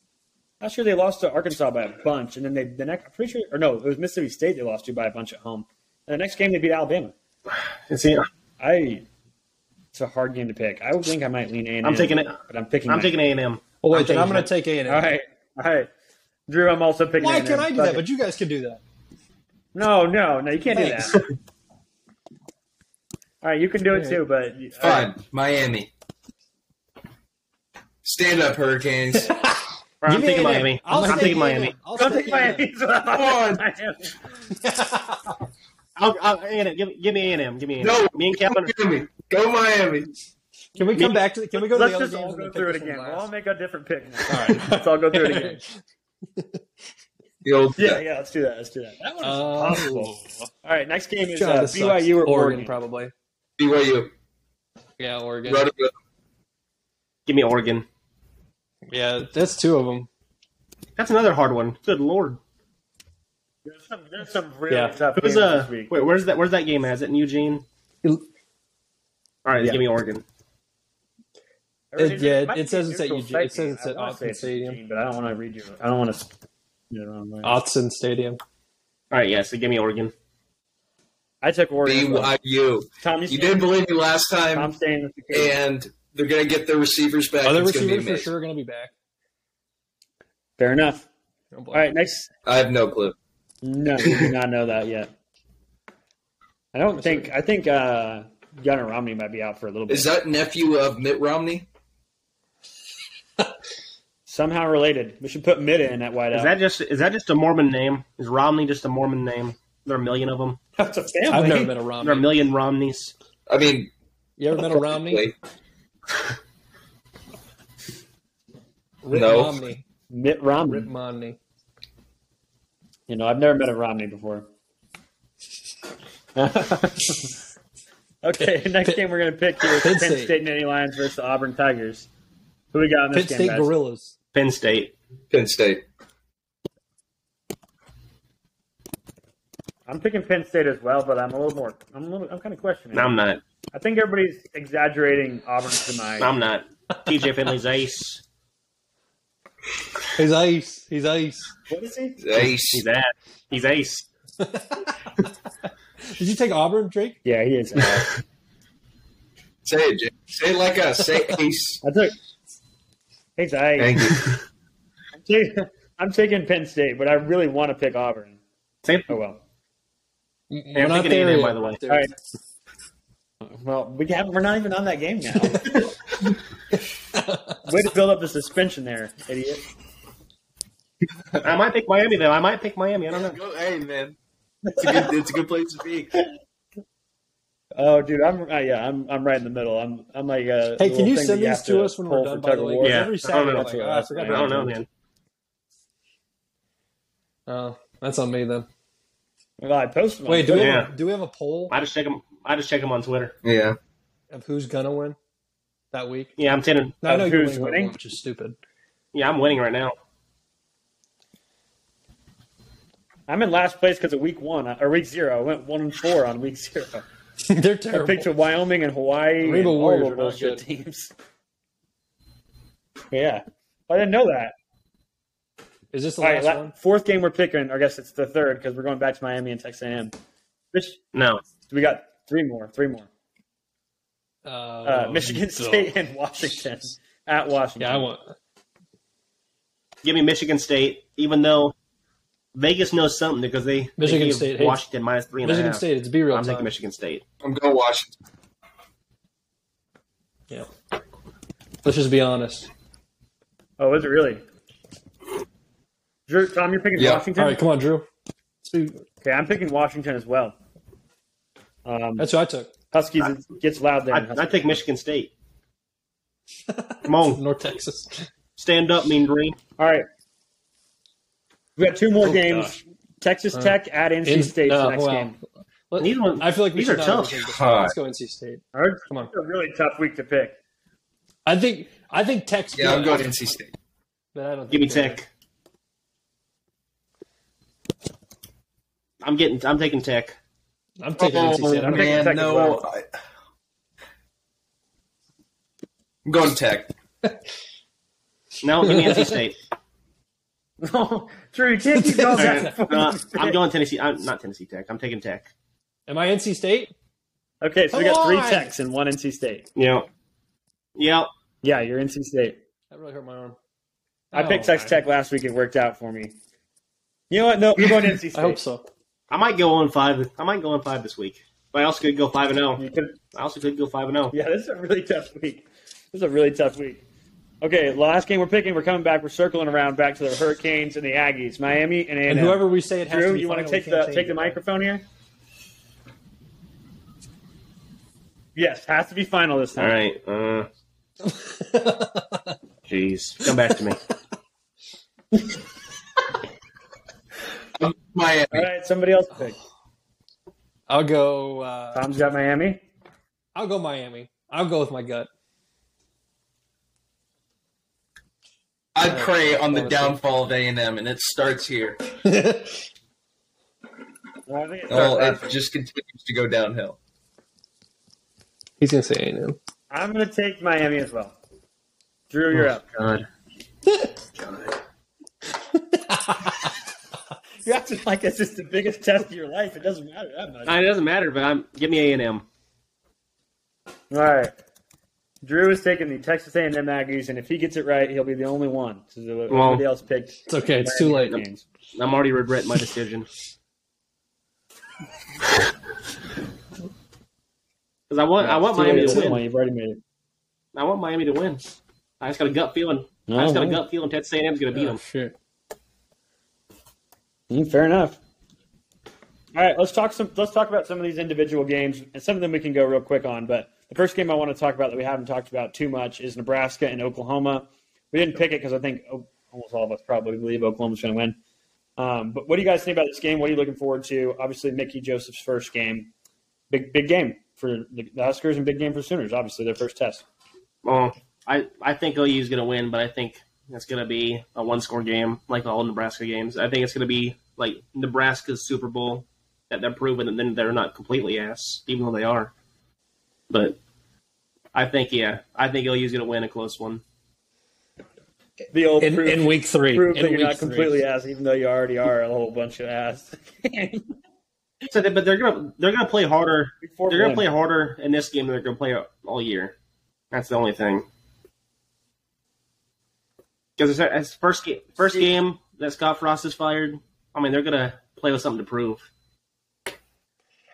I: Last year they lost to Arkansas by a bunch, and then they the next. I'm pretty sure, or no, it was Mississippi State they lost to by a bunch at home. And the next game they beat Alabama.
K: And see,
I: I. It's a hard game to pick. I would think I might lean A&M.
K: I'm taking it.
I: but I'm picking.
K: I'm
I: Miami.
K: taking A and M.
J: Well, Oh, wait, then I'm going to take A and M.
I: All right, all right. Drew, I'm also picking.
J: Why
I: A&M.
J: can't I do
I: Fuck
J: that?
I: it.
J: But you guys can do that.
I: No, no, no, you can't
J: Thanks.
I: do that. All right, you can do it too, but
L: Fine, Miami. Stand up, Hurricanes.
K: I'm Give me taking A&M. Miami. I'll I'm say taking A&M. Miami.
I: I'll Don't take Miami.
K: I'll, I'll, A&M. Give, give me A and M. Give me A&M.
L: No,
K: me and Calvin.
L: Go Miami.
J: Can we come back to? Can we go to
I: Let's
J: the other
I: just all
J: games?
I: go through it again. We'll all make a different pick. Now. All right, let's all go through it again.
L: The old
I: Yeah, yeah, let's do that. Let's do that. That one is
J: Oh.
I: possible. All right, next game is
J: God,
I: uh,
J: this sucks.
I: BYU or Oregon.
J: probably.
L: BYU.
J: Yeah, Oregon.
L: Road to-
K: Give me Oregon.
J: Yeah, that's two of them.
K: That's another hard one. Good lord.
I: There's some, there's some really
J: Yeah.
I: tough
K: Who's
I: games
K: uh?
I: this week.
K: Wait, where's that? Where's that game? At? Is it in Eugene?
J: All
K: right,
J: Yeah.
K: give me Oregon.
J: It, yeah, it,
I: might
J: it says
I: be
J: it's at
I: neutral
J: Eugene. It
I: site game.
J: says it's
I: I
J: at
I: wanna say
J: Austin
I: it's
J: Stadium.
I: Eugene, but I don't want to read you. I don't want to. You know, I'm like-
J: Austin Stadium.
K: All right, yeah. So give me Oregon.
I: I took Oregon. as well.
L: BYU.
I: Tom,
L: You
I: you
L: didn't believe me last
I: I'm
L: time,
I: staying with the Cavs.
L: and they're going to get their receivers back.
J: Other
L: It's gonna be
J: receivers for
L: amazing.
J: sure are going to be back.
I: Fair enough.
J: Don't
I: All
J: blame
I: right, next.
L: I have no clue.
I: No, we do not know that yet. I don't think. I think uh, Gunnar Romney might be out for a little bit.
L: Is that nephew of Mitt Romney?
I: Somehow related. We should put Mida in that whiteout.
K: Is that just is that just a Mormon name? Is Romney just a Mormon name? There are a million of them.
I: That's a family.
J: I've never met a
K: There are a
J: Romney.
K: million Romneys.
L: I mean,
J: You ever met a Romney?
L: wait,
J: Rick
L: No.
J: Romney.
I: Mitt Romney.
J: Rick Romney.
I: You know, I've never met a Romney before. okay, next game we're gonna pick here: is
J: Penn
I: Penn
J: State.
I: State, Nittany Lions versus the Auburn Tigers. Who we got in this
J: Pitt
I: game?
J: State
I: guys?
J: Gorillas.
K: Penn State.
L: Penn State.
I: I'm picking Penn State as well, but I'm a little more. I'm a little. I'm kind of questioning.
K: No, I'm not.
I: I think everybody's exaggerating Auburn's demise.
K: I'm not. TJ Finley's ace.
J: He's ice. He's ice.
I: what is he?
L: Ace.
K: He's that. He's ace.
J: Did you take Auburn, Drake?
I: Yeah, he is. uh, I
L: Say it, Jay. Say it like us. Say ace.
I: took. Thanks, I.
L: Thank you.
I: I'm taking, I'm taking Penn State, but I really want to pick Auburn.
K: Same.
I: Oh well.
J: We're
K: I'm thinking A&M,
J: yet.
K: by the way.
I: All right. Well, we have, we're not even on that game now. Way to build up the suspension there, idiot.
K: I might pick Miami though. I might pick Miami. I don't know.
L: Go, hey, man. It's a, good, it's a good place to be.
I: Oh, dude, I'm uh, yeah, I'm I'm right in the middle. I'm I'm like uh
J: Hey, can
I: little
J: you
I: thing that
J: send these
I: have
J: to us when we're
I: pull
J: done?
I: for
J: By
I: tug
J: the
I: of
J: way,
I: war?
K: Yeah.
J: every
K: I don't
J: Saturday,
K: know.
J: I'm like, oh, I
K: I
J: forgot.
K: don't
J: about
K: know,
J: that.
K: man.
J: Oh, that's on me then.
I: Well, I posted. them on
J: Wait, do we
I: Twitter.
J: have,
K: Yeah.
J: a- do we have a poll
K: I just check him. I just check him on Twitter.
L: Yeah.
J: of who's gonna win that week?
K: Yeah, I'm ten.
J: No, I
I: Of
J: know you're
I: who's
J: winning,
I: winning?
J: which is stupid.
K: Yeah, I'm winning right now.
I: I'm in last place because of week one uh, or week zero. I went one and four on week zero.
J: They're
I: I picked
J: terrible.
I: Wyoming and Hawaii and
J: Rainbow
I: all
J: Warriors
I: of
J: are
I: those good
J: bullshit.
I: teams. yeah, Oh, I didn't know that.
J: Is this the
I: All right,
J: last
I: la-
J: one?
I: fourth game we're picking. I guess it's the third because we're going back to Miami and Texas A&M. Mich-
K: No,
I: we got three more, three more.
J: Uh,
I: Uh, Michigan State and Washington. at Washington.
K: Yeah, I want. Give me Michigan State, even though Vegas knows something because they
J: Michigan
K: they gave
J: State hates-
K: Washington minus three and a half.
J: Michigan State, it's be real
K: I'm
J: time.
K: taking Michigan State.
L: I'm going Washington.
J: Yeah. Let's just be honest.
I: Oh, is it really? Drew, Tom, you're picking Washington.
J: All right, come on, Drew.
I: Okay, I'm picking Washington as well. Um,
J: That's what I took.
I: Huskies gets loud there. in
K: I, I
I: Huskies.
K: take Michigan State. Come on,
J: North Texas.
K: Stand up, Mean Green.
I: All right. We got two more
K: Oh,
I: games.
K: gosh.
I: Texas
K: Uh,
I: Tech at NC
J: in-
I: State
J: uh,
I: the next
J: wow.
I: game.
J: Let-
K: These ones-
J: I feel like we
K: these
J: should
K: are
J: not
K: tough.
J: overthink this.
K: God.
J: Let's go NC State.
I: Come on. It's a really tough week to pick.
J: I think I think Tech's
L: Yeah, I'm
J: good.
L: going NC State.
J: But I don't
K: Give me
J: think they're-
K: Tech. I'm getting. I'm taking Tech.
J: I'm taking NC State. I'm taking Tech as well.
L: I... am going Tech.
K: No, give me NC State.
I: No, Drew, you can't keep going back. and
K: No,
I: forth.
K: Uh, I'm going Tennessee. I'm not Tennessee Tech. I'm taking Tech.
J: Am I NC State?
I: Okay, so we got three
J: Come on.
I: Techs and one NC State.
K: Yeah. Yeah.
I: Yeah, you're NC State.
J: That really hurt my arm.
I: I picked
J: Oh,
I: Texas Tech last week. It worked out for me. You know what? No, I'm going NC State.
J: I hope so.
K: I might go on five. I might go on five this week. But I also could go five and zero.
I: You could-
K: I also could go five and oh. zero.
I: Yeah, this is a really tough week. This is a really tough week. Okay, last game we're picking. We're coming back. We're circling around back to the Hurricanes and the Aggies, Miami and A&M.
J: And whoever we say it has
I: Drew,
J: to be
I: you want to
J: final, we
I: take
J: can't
I: the
J: change
I: take the
J: it.
I: microphone here? Yes, has to be final this
K: All
I: time.
K: right. Uh, Jeez, come back to me.
L: Miami.
I: All right, somebody else pick.
J: I'll go. Uh,
I: Tom's got Miami.
J: I'll go Miami. I'll go with my gut.
L: I pray on the downfall of A and M, and it starts here.
I: Well, I think it's
L: Oh,
I: our-
L: it just continues to go downhill.
J: He's gonna say A&M.
I: I'm going to take Miami as well. Drew,
J: Oh,
I: you're up.
K: God.
I: You're acting like this is the biggest test of your life. It doesn't matter that much.
K: It doesn't matter, but I'm give me A and M.
I: All right. Drew is taking the Texas A&M Aggies, and if he gets it right, he'll be the only one. So the-
K: Well,
I: everybody else picked.
J: It's okay. It's too late.
I: Games.
K: I'm already regretting my decision. Because I want, I want
I: Too late at
K: Miami to
I: this
K: win.
I: point. You've already made it.
K: I want Miami to win. I just got a gut feeling. I just got a
I: well.
K: gut feeling Texas A&M's going to beat
J: Oh,
K: them.
J: shit.
I: Mm, fair enough. All right, let's talk some. Let's talk about some of these individual games, and some of them we can go real quick on. But the first game I want to talk about that we haven't talked about too much is Nebraska and Oklahoma. We didn't pick it because I think oh, almost all of us probably believe Oklahoma's going to win. Um, but what do you guys think about this game? What are you looking forward to? Obviously, Mickey Joseph's first game, big big game for the the Huskers and big game for Sooners. Obviously, their first test.
K: Well, I, I think OU is going to win, but I think it's going to be a one score game, like all Nebraska games. I think it's going to be like Nebraska's Super Bowl that they're proven that then they're not completely ass, even though they are. But I think yeah, I think OU is going to win a close one.
I: The old
J: In,
I: proof,
J: in week three.
I: proof
J: in
I: that you're
J: week
I: not
J: three.
I: completely ass, even though you already are a whole bunch of ass.
K: So, they, but they're gonna they're gonna play harder.
I: four
K: They're gonna
I: win.
K: play harder in this game than they're gonna play all year. That's the only thing. Because it's, it's first game, first game that Scott Frost is fired. I mean, they're gonna play with something to prove.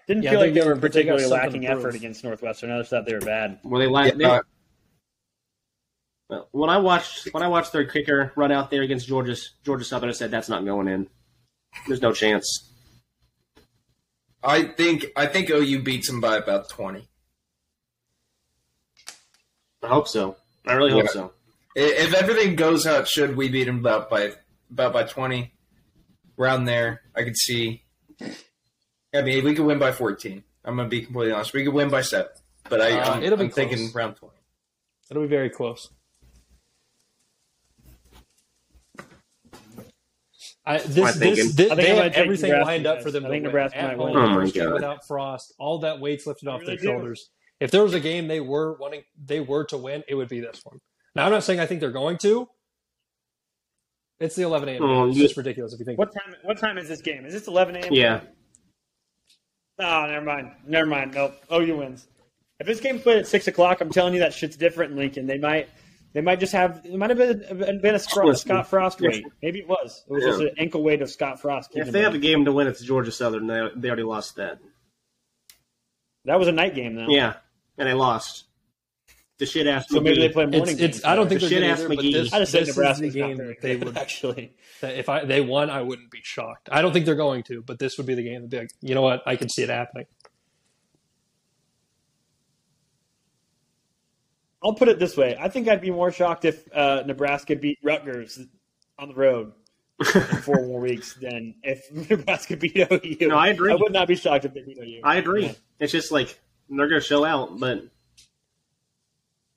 I: Didn't
J: Yeah,
I: feel
J: they
I: like they
J: got-
I: were
J: they got
I: particularly
J: something
I: lacking
J: to prove.
I: effort against Northwestern. I just thought they were bad.
K: Well, they lack.
L: Yeah. uh,
K: they- when I watched when I watched their kicker run out there against Georgia Georgia Southern, I said that's not going in. There's no chance.
L: I think I think OU beats them by about twenty.
K: I hope so. I really hope
L: Yeah.
K: so.
L: I- If everything goes how it should, we beat them about by about by twenty, around there. I could see. I mean, we could win by fourteen. I'm gonna be completely honest. We could win by seven, but I,
J: Uh,
L: I'm,
J: it'll be
L: I'm thinking
J: close.
L: round twenty.
J: It'll be very close. I,
K: my
J: this,
K: thinking.
J: this, this,
I: I think
J: they
I: I'm gonna
J: have
I: take
J: everything
I: Nebraska
J: lined up
I: guys.
J: for them.
I: I
J: to
I: think
J: win.
I: Nebraska
J: At
I: might
J: home,
I: win.
K: Oh my
J: first game
K: God.
J: Without Frost, all that weight's lifted off
I: really
J: their
I: do.
J: shoulders. If there was a game they were wanting, they were to win, it would be this one. Now I'm not saying I think they're going to. It's the 11 a.m.
K: Oh,
J: it's
K: you-
J: just ridiculous if you think.
I: What time? What time is this game? Is this 11 a.m.?
K: Yeah,
I: Oh, never mind. Never mind. Nope. OU wins. If this game's played at six o'clock, I'm telling you that shit's different in Lincoln. They might They might just have it might have been, been a Scro- Scott Frost weight. Maybe it was. It was
K: Yeah.
I: just an ankle weight of Scott Frost.
K: If
I: keeping
K: they
I: him
K: have
I: in.
K: a game to win, it's Georgia Southern. They, they already lost that.
I: that was a night game though.
K: Yeah, and they lost. The shit ass.
I: So maybe they play morning.
K: It's,
I: games.
K: I don't think the shit ass
J: but
K: McGee.
J: this,
I: I just said
J: this is
I: Nebraska's
J: the
I: not
J: game
I: very
J: that they
I: good,
J: would
I: actually.
J: that if I they won, I wouldn't be shocked. I don't think they're going to, but this would be the game that they. Like, you know what? I can see it happening.
I: I'll put it this way: I think I'd be more shocked if uh, Nebraska beat Rutgers on the road in four more weeks than if Nebraska beat OU.
K: No, I agree.
I: I would not be shocked if they beat OU.
K: I agree.
I: Yeah.
K: It's just like they're gonna show out, but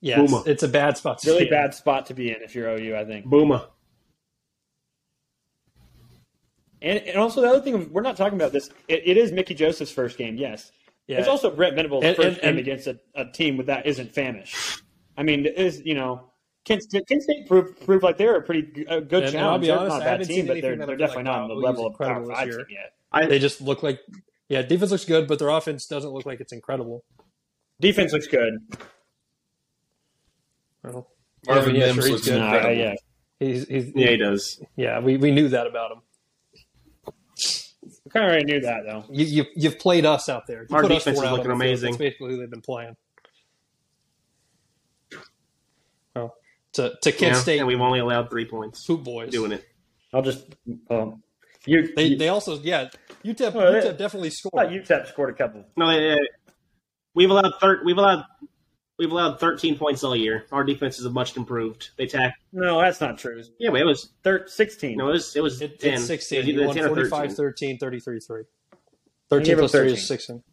J: Yeah, it's,
K: Boomer.
J: it's a bad spot. To
I: Really
J: be in.
I: bad spot to be in if you're OU. I think.
K: Booma.
I: And, and also the other thing we're not talking about this. It, it is Mickey Joseph's first game. Yes.
J: Yeah.
I: It's also Brent Venables'
J: And-
I: first
J: and-
I: game
J: and-
I: against a, a team with that isn't famished. I mean, it is you know, Kent, State- Kent State proved, proved like they're a pretty g- a good
J: And- and I'll
I: challenge.
J: be
I: They're
J: honest,
I: not a
J: I
I: bad
J: haven't
I: team,
J: seen
I: but they're
J: anything that
I: they're
J: I've been
I: definitely
J: like,
I: not
J: wow,
I: on the
J: OU's
I: level of power
J: incredible this
I: five
J: year.
I: team yet.
J: they just look like. Yeah, defense looks good, but their offense doesn't look like it's incredible.
I: Defense looks good.
J: Well,
L: Marvin
J: yeah,
L: Mims
J: sure, he's
L: looks
J: good.
L: incredible.
I: Yeah.
J: He's, he's,
K: yeah, he does.
J: Yeah, we, we knew that about him.
I: We kind of already knew that though.
J: You, you you've played us out there. You
K: Our
J: put us
K: defense
J: four
K: is
J: out on
K: looking
J: the field.
K: amazing.
J: That's basically who they've been playing. Well, to to Kent
K: Yeah,
J: State,
K: and we've only allowed three points.
J: Poop boys
K: doing it.
I: I'll just um, you,
J: They,
I: you-
J: they also yeah E UTEP
I: Well,
J: UTEP
I: they-
J: definitely
I: I
J: scored.
I: thought UTEP scored a couple.
K: No, eh, eh, we've allowed thir- we've allowed we've allowed thirteen points all year. Our defense is much improved. They tack.
I: No, that's not true.
K: Yeah, but it was
I: Thir- Sixteen.
K: no, it was it was
J: It,
K: ten.
J: it's
K: It
J: 16.
K: was
J: You
K: either
J: won
K: 10 or
J: 45,
K: 13.
J: 13, 33, 3.
I: I gave
J: 13
I: him
J: plus 3
I: 13.
J: is 16.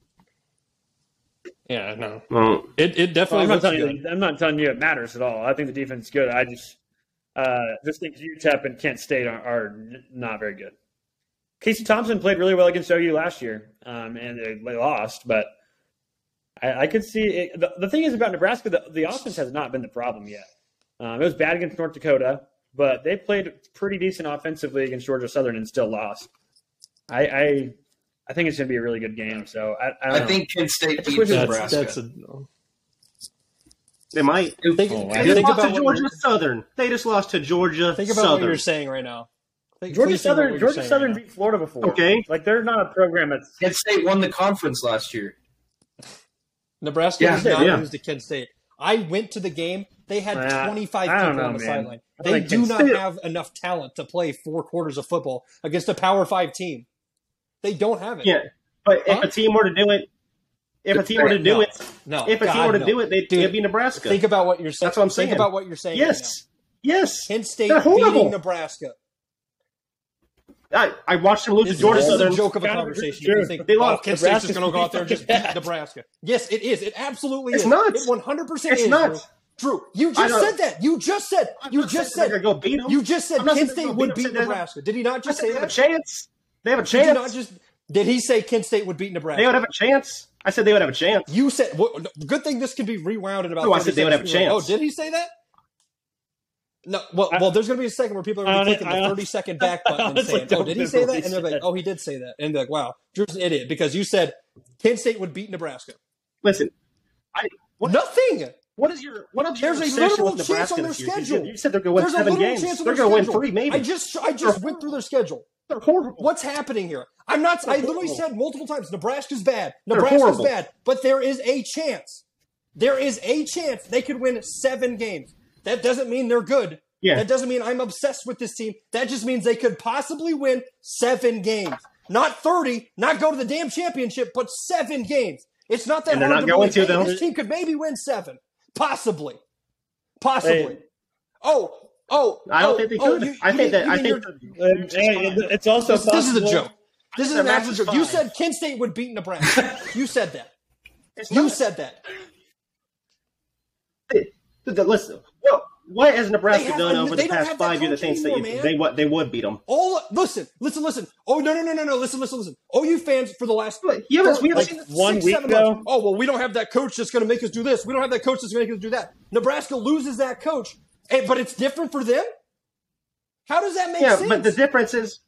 J: Yeah, no.
K: Well,
J: It, it
I: Well,
J: definitely
I: I'm, not
J: looks
I: telling
J: good.
I: you, I'm not telling you it matters at all. I think the defense is good. I just uh, just think UTEP and Kent State are, are n- not very good. Casey Thompson played really well against OU last year, um, and they, they lost. But I, I could see it, the, the thing is about Nebraska. The, the offense has not been the problem yet. Um, it was bad against North Dakota, but they played pretty decent offensively against Georgia Southern and still lost. I I, I think it's going to be a really good game. So I, I, don't
L: I
I: know.
L: think Kent State beats
I: wish it was-
J: That's,
L: Nebraska.
J: that's a,
K: they might.
J: think,
K: They
J: think
K: lost
J: about,
K: to
J: what,
K: Georgia
J: you're-
K: Southern. They just lost to Georgia
J: think about
K: Southern.
J: what you're saying right now. Think,
I: Georgia
J: please think about
I: Southern
J: what you're
I: Georgia
J: saying
I: Southern
J: right
I: beat Florida before.
K: Okay.
I: Like they're not a program that's
L: Kent State won the conference last year.
J: now. Nebraska
L: Yeah,
J: does not
K: yeah.
J: lose to Kent State. I went to the game. They had
I: Nah,
J: 25
I: I don't
J: people
I: know,
J: on the
I: man.
J: sideline.
I: I don't
J: They
I: think
J: do
I: Kent
J: not
I: State-
J: have enough talent to play four quarters of football against a Power 5 team. They don't have it.
K: Yeah, but if
J: Huh?
K: a team were to do it, if a team were to do
J: No,
K: it,
J: no,
K: if a team
J: God,
K: were to
J: no.
K: do it, they'd,
J: Dude,
K: it'd be Nebraska.
J: Think about what you're saying.
K: That's what I'm saying.
J: Think about what you're saying. right
K: yes, yes,
J: now. Kent State
K: They're horrible.
J: beating Nebraska.
K: I, I watched them lose
J: This
K: to Georgia
J: is
K: Southern.
J: a joke of a
I: Kind of
J: conversation.
I: true.
J: If you think,
K: They
J: they
K: lost.
J: lost. Oh, Kent State's just
I: Nebraska's
J: going to go out there and just
I: beating
J: beat Nebraska. Yes, it is. It absolutely
K: It's
J: is.
K: not.
J: It 100%
K: It's
J: is.
K: not.
J: Drew. Drew, you
K: I
J: just
K: don't-
J: said that. You just said. You
K: not
J: just
K: saying
J: said.
K: they're gonna go beat 'em.
J: You just said
K: I'm not
J: Kent
K: saying they're
J: State
K: gonna
J: would
K: beat 'em.
J: beat
K: They have-
J: Nebraska. Did he not
K: I
J: just
K: said
J: say
K: they have a
J: that?
K: chance. They have a
J: Did you not
K: chance.
J: just? Did he say Kent State would beat
K: They
J: Nebraska?
K: would have a chance. I said they would have a chance.
J: You said. Well, no, good thing this can be rewound in about.
K: No, I
J: 30
K: said they would have a
J: seconds.
K: chance.
J: Oh, did he say that? No. Well,
I: I-
J: well, there's going to be a second where people are
I: I
J: going to
I: don't-
J: be clicking
I: I
J: the
I: don't-
J: 30 second back button
I: I
J: and
I: honestly
J: saying, "Oh,
I: don't
J: did he
I: remember
J: say
I: what he
J: that?" And they're like,
I: said.
J: "Oh, he did say that." And they're like, "Wow, Drew's an idiot because you said Kent State would beat Nebraska."
K: Listen, I what,
J: Nothing.
K: what is your what is
J: There's
K: your
J: a
K: obsession
J: literal
K: with
J: chance
K: Nebraska
J: on their
K: this year? You said-
J: schedule.
K: You said they're going to win
J: There's a
K: seven
J: literal
K: games.
J: chance on
K: They're
J: their
K: going to win
J: schedule.
K: three, maybe.
J: I just I just went through their schedule.
K: they're horrible.
J: What's happening here? I'm not. I literally
K: horrible.
J: said multiple times Nebraska's bad.
K: They're
J: Nebraska's
K: horrible.
J: bad. But there is a chance. There is a chance they could win seven games. That doesn't mean they're good.
K: Yeah.
J: That doesn't mean I'm obsessed with this team. That just means they could possibly win seven games. Not 30, not go to the damn championship, but seven games. It's not that
K: And they're
J: hard
K: not
J: to
K: going
J: believe,
K: to,
J: hey,
K: though.
J: This team could maybe win seven. Possibly. Possibly.
I: Hey.
J: Oh, oh.
K: I don't
J: oh,
K: think they
J: oh,
K: could.
J: you-
K: I
J: you
K: think
J: mean-
K: that
J: you
K: I
J: mean
K: think
J: you're-
I: And- and it's also
J: this, this is a
I: possible-
J: joke. This is
K: Their
J: an
K: match
J: actual
K: is
J: joke. You
K: fine.
J: said Kent State would beat Nebraska. you said that.
K: it's
J: You
K: not-
J: said that.
K: Th- th- Listen, well, what has Nebraska
J: They have-
K: done over
J: they
K: the
J: don't
K: past
J: have that
K: five years that
J: coach
K: thinks that
J: anymore,
K: you-
J: man.
K: they what they would beat them?
J: All listen, listen, listen. Oh no, no, no, no, no. Listen, listen, listen. OU fans for the last
K: Yeah, but we haven't
J: like
K: seen this-
I: one
J: six,
I: week,
J: seven
I: though.
J: months. Oh well, we don't have that coach that's going to make us do this. We don't have that coach that's going to make us do that. Nebraska loses that coach, eh, but it's different for them. How does that make
K: Yeah,
J: sense?
K: but the difference is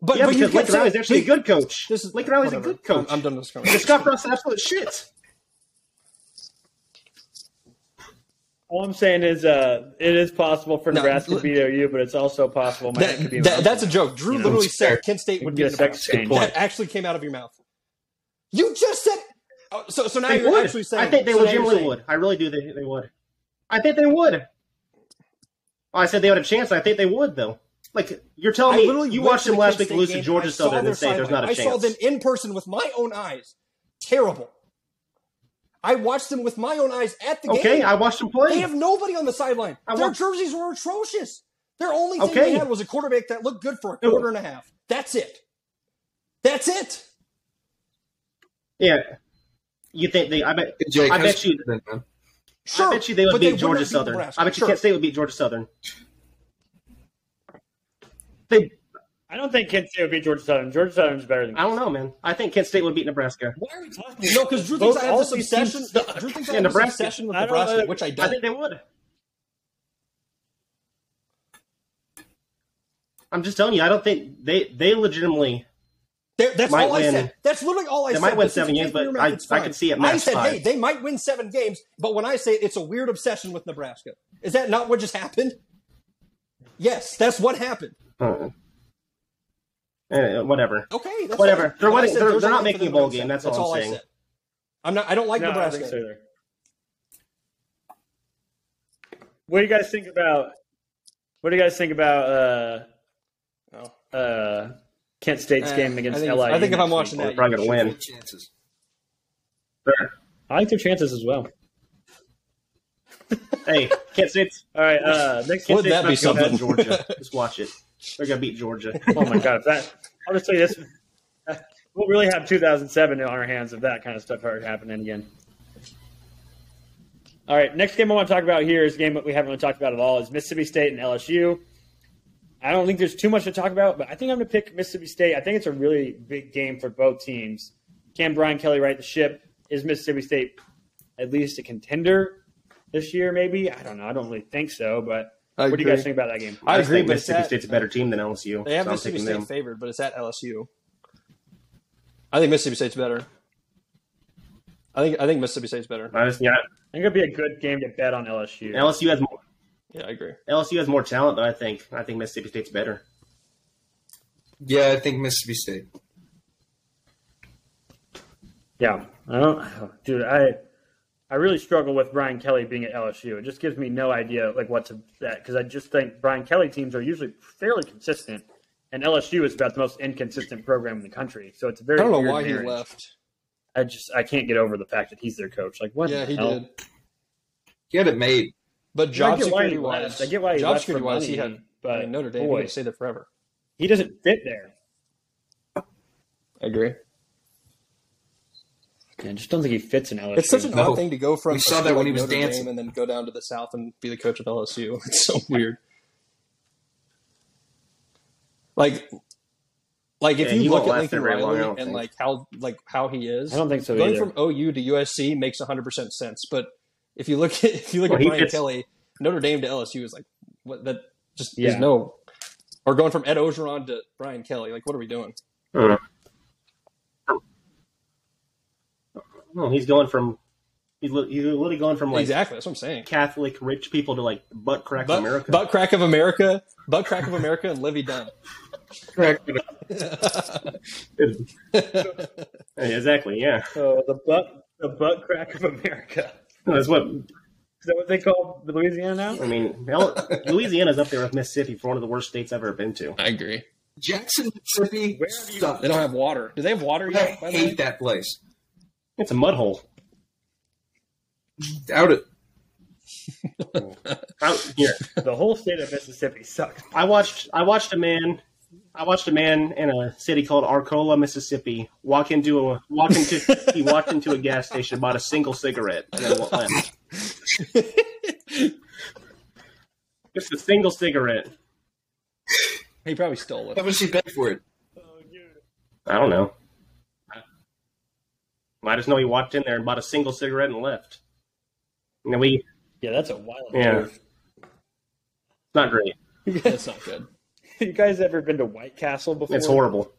J: but,
K: yeah,
J: but
K: because
J: you can
K: Lincoln
J: say-
K: Riley's actually a good coach.
J: This is
K: Lincoln Riley's a
J: whatever.
K: good coach.
J: I'm, I'm done with this conversation.
K: And Scott Frost is absolute shit.
I: All I'm saying is, uh, it is possible for
J: No,
I: Nebraska to beat OU, but it's also possible Miami could be.
J: That- that's a joke. Drew
I: You know,
J: literally
I: it's
J: said
I: fair.
J: Kent State
I: It
J: would
I: could
J: be
I: be a
J: in
I: sex change.
J: That actually came out of your mouth. You just said. Oh, so so now
K: They
J: you're
K: would.
J: actually saying.
K: I think they
J: so now you're
K: legitimately
J: saying-
K: would. I really do think they would. I think they would. I said they had a chance. and I think they would though. Like you're
J: I
K: telling me
J: literally
K: you
J: went
K: watched
J: to the
K: them last
J: Kent
K: week
J: State
K: lose
J: game,
K: to
J: I
K: Georgia
J: saw
K: Southern
J: their
K: and say there's not a
J: sideline.
K: chance.
J: I saw them in person with my own eyes. Terrible. I watched them with my own eyes at the game.
K: Okay, I watched them play.
J: They have nobody on the sideline. Their
K: watched-
J: jerseys were atrocious. Their only thing
K: Okay.
J: they had was a quarterback that looked good for a quarter and a half. That's it. That's it.
K: Yeah. You think they? I bet.
J: Jake,
K: I
J: how's-
K: bet you.
J: Sure,
K: I bet you they would
J: but they
K: beat
J: would
K: Georgia
J: not beat
K: Southern.
J: Nebraska.
K: I bet you
J: Sure.
K: Kent State would beat Georgia Southern.
I: I don't think Kent State would beat Georgia Southern. Georgia Southern's better than.
K: I don't know, man. I think Kent State would beat Nebraska.
J: Why are we talking? No, because Drew thinks I have this obsession. Drew thinks I have this obsession with Nebraska, which I don't.
K: I think they would. I'm just telling you, I don't think they they legitimately.
J: That's
K: might
J: all I
K: win.
J: said. That's literally all I
K: They
J: said.
K: might win
J: But since
K: seven
J: you
K: games,
J: came
K: but
J: through your mouth,
K: I-
J: it's
K: I
J: fine.
K: could see it max
J: I said,
K: five.
J: hey, they might win seven games, but when I say it's a weird obsession with Nebraska, is that not what just happened? Yes, that's what happened.
K: Uh, eh, whatever.
J: Okay, that's
K: whatever.
J: fine.
K: They're,
J: When I
K: winning,
J: said
K: they're,
J: there's
K: they're not
J: only for
K: making a
J: them
K: bowl
J: to
K: game.
J: win
K: That's,
J: seven.
K: all I'm
J: I
K: saying.
J: said. I'm not. I don't like
I: No, I don't
J: Nebraska.
I: think so either. What do you guys think about? What do you guys think about uh, uh, Kent State's
J: Uh,
I: game against
J: Oh. I think-
I: LIU?
J: I think if
I: next
J: I'm watching
I: week?
J: that, They're probably
K: gonna win.
L: Chances.
I: I like their chances as well.
K: hey, Kent State's.
I: All right, uh, next
K: Kent
I: Kent
K: State's
I: State's
K: not
I: not
K: gonna
I: gonna
K: beat Georgia. Just watch it. They're gonna beat Georgia.
I: Oh my god, if that I'll just tell you this. We'll really have 2007 on our hands if that kind of stuff started happening again. All right, next game I want to talk about here is a game that we haven't really talked about at all is Mississippi State and LSU. I don't think there's too much to talk about, but I think I'm going to pick Mississippi State. I think it's a really big game for both teams. Can Brian Kelly right the ship? Is Mississippi State at least a contender this year? Maybe I don't know. I don't really think so, but
K: I
I: what do you guys
K: agree.
I: think about that game?
K: I, agree.
J: but
K: Mississippi
J: that-
K: State's a better team than LSU.
J: They have
K: so I'm
J: Mississippi
K: picking
J: State
K: them.
J: favored, but it's at LSU. I think Mississippi State's better. I think I think Mississippi State's better.
K: I just, yeah,
I: I think it'd be a good game to bet on LSU.
K: LSU has more.
J: Yeah, I agree.
K: LSU has more talent, though. I think. I think Mississippi State's better.
L: Yeah, I think Mississippi State.
I: Yeah, I don't, dude. I I really struggle with Brian Kelly being at LSU. It just gives me no idea like what to that because I just think Brian Kelly teams are usually fairly consistent, and LSU is about the most inconsistent program in the country. So it's a very.
J: I don't know
I: weird
J: why he
I: marriage.
J: left.
I: I just I can't get over the fact that he's their coach. Like what?
J: Yeah,
I: the
J: he
I: hell?
J: did.
L: He had it made.
J: But
I: I
J: job
I: Oh. get why he
J: security wise,
I: left. I get why he
J: job
I: left for
J: security wise, he
I: money,
J: had.
I: but
J: I mean, Notre Dame,
I: boy.
J: he would stay there forever.
I: He doesn't fit there.
J: I agree.
I: I just don't think he fits in LSU.
J: It's such an odd thing to go from.
L: We
J: a
L: saw
J: school
L: that when
J: like
L: he was
J: Notre
L: dancing.
J: Dame and then go down to the South and be the coach of LSU. It's so weird. Like, like if
K: Yeah, he
J: you look
K: won't
J: at
K: last
J: Lincoln
K: there very long, I don't
J: Riley and
K: think.
J: like how like how he is,
I: I don't think so
J: Going
I: either.
J: from OU to USC makes 100 percent sense. But if you look at if you look
K: Well,
J: at
K: he
J: Brian
K: fits-
J: Kelly, Notre Dame to LSU is like what that just
I: Yeah.
J: there's no. Or going from Ed Ogeron to Brian Kelly, like what are we doing?
K: No, Oh, he's going from. He's, li- he's literally going from like
J: exactly, that's what I'm saying.
K: Catholic rich people to like butt crack
J: Butt,
K: America.
J: butt crack of America, butt crack of America, and Livy Dunn.
L: Correct.
K: Yeah, exactly. Yeah,
I: So the butt the butt crack of America.
K: that's what
I: Is that what they call Louisiana now?
K: I mean. Hell, Louisiana's up there with Mississippi for one of the worst states I've ever been to.
J: I agree.
L: Jackson, Mississippi. Sucks.
J: They don't have water. Do they have water
L: I
J: yet? by the way?
L: hate that place.
K: It's a mud hole.
L: Doubt it.
K: Out here.
I: The whole state of Mississippi sucks.
K: I watched I watched a man I watched a man in a city called Arcola, Mississippi, walk into a walk into he walked into a gas station, bought a single cigarette, and then wa- left. Just a single cigarette.
J: He probably stole it.
L: How much he paid for it?
K: I don't know. I just know he walked in there and bought a single cigarette and left. And then we
I: Yeah, that's a wild
K: yeah,
I: move.
K: it's not great.
J: That's not good.
I: You guys ever been to White Castle before?
K: It's horrible.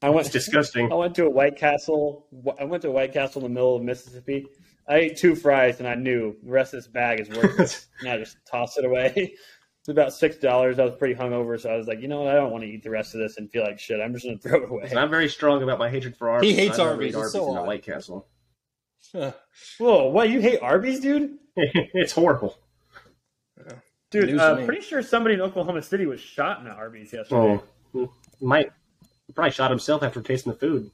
I: I went
K: It's disgusting.
I: I went to a White Castle. I went to a White Castle in the middle of Mississippi. I ate two fries and I knew the rest of this bag is worthless, and I just tossed it away. It's about six dollars. I was pretty hungover, so I was like, you know what? I don't want to eat the rest of this and feel like shit. I'm just gonna throw it away.
K: And I'm very strong about my hatred for Arby's. I don't eat Arby's in the White Castle.
I: Whoa, what? You hate Arby's, dude?
K: it's horrible.
I: Dude,
K: News
I: uh,
K: to me.
I: pretty sure somebody in Oklahoma City was shot in an Arby's yesterday.
K: Oh, might probably shot himself after tasting the food.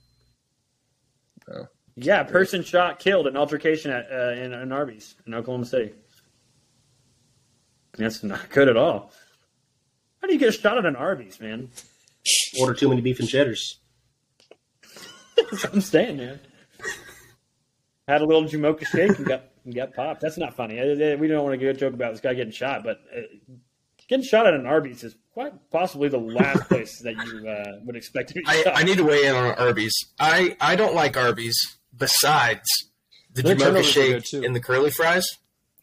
I: Yeah, a person shot, killed in altercation at uh, in an Arby's in Oklahoma City. That's not good at all. How do you get shot at an Arby's, man?
K: Order too many beef and cheddars.
I: I'm staying there. Had a little Jamocha shake and got and got popped. That's not funny. Uh, uh, We don't want to get a joke about this guy getting shot, but uh, getting shot at an Arby's is quite possibly the last place that you uh, would expect to be
L: I,
I: shot.
L: I need to weigh in on Arby's. I, I don't like Arby's besides the
I: Their
L: Jamocha
I: turnovers are
L: shake and the curly fries.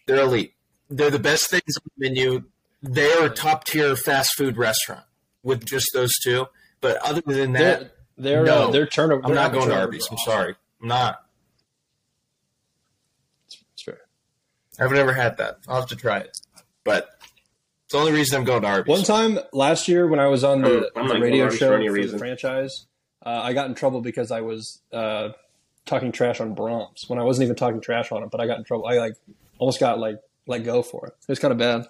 L: They're elite. They're the best things on the menu. They are a top tier fast food restaurant with just those two. But other than that,
J: Their- their,
L: no,
J: uh, their turno-
L: I'm
J: their
L: not going to Arby's.
J: turnovers are
L: I'm
J: awesome.
L: sorry. I'm not.
J: It's fair.
L: I've never had that. I'll have to try it. But it's the only reason I'm going to Arby's.
J: One time last year when I was on
L: I'm-
J: the,
L: Oh, I'm
J: the
L: not
J: radio
L: Arby's for
J: show
L: any
J: for the
L: reason.
J: franchise, uh, I got in trouble because I was uh, talking trash on Brahms when I wasn't even talking trash on him, but I got in trouble. I like almost got like let go for it. It was kind of bad.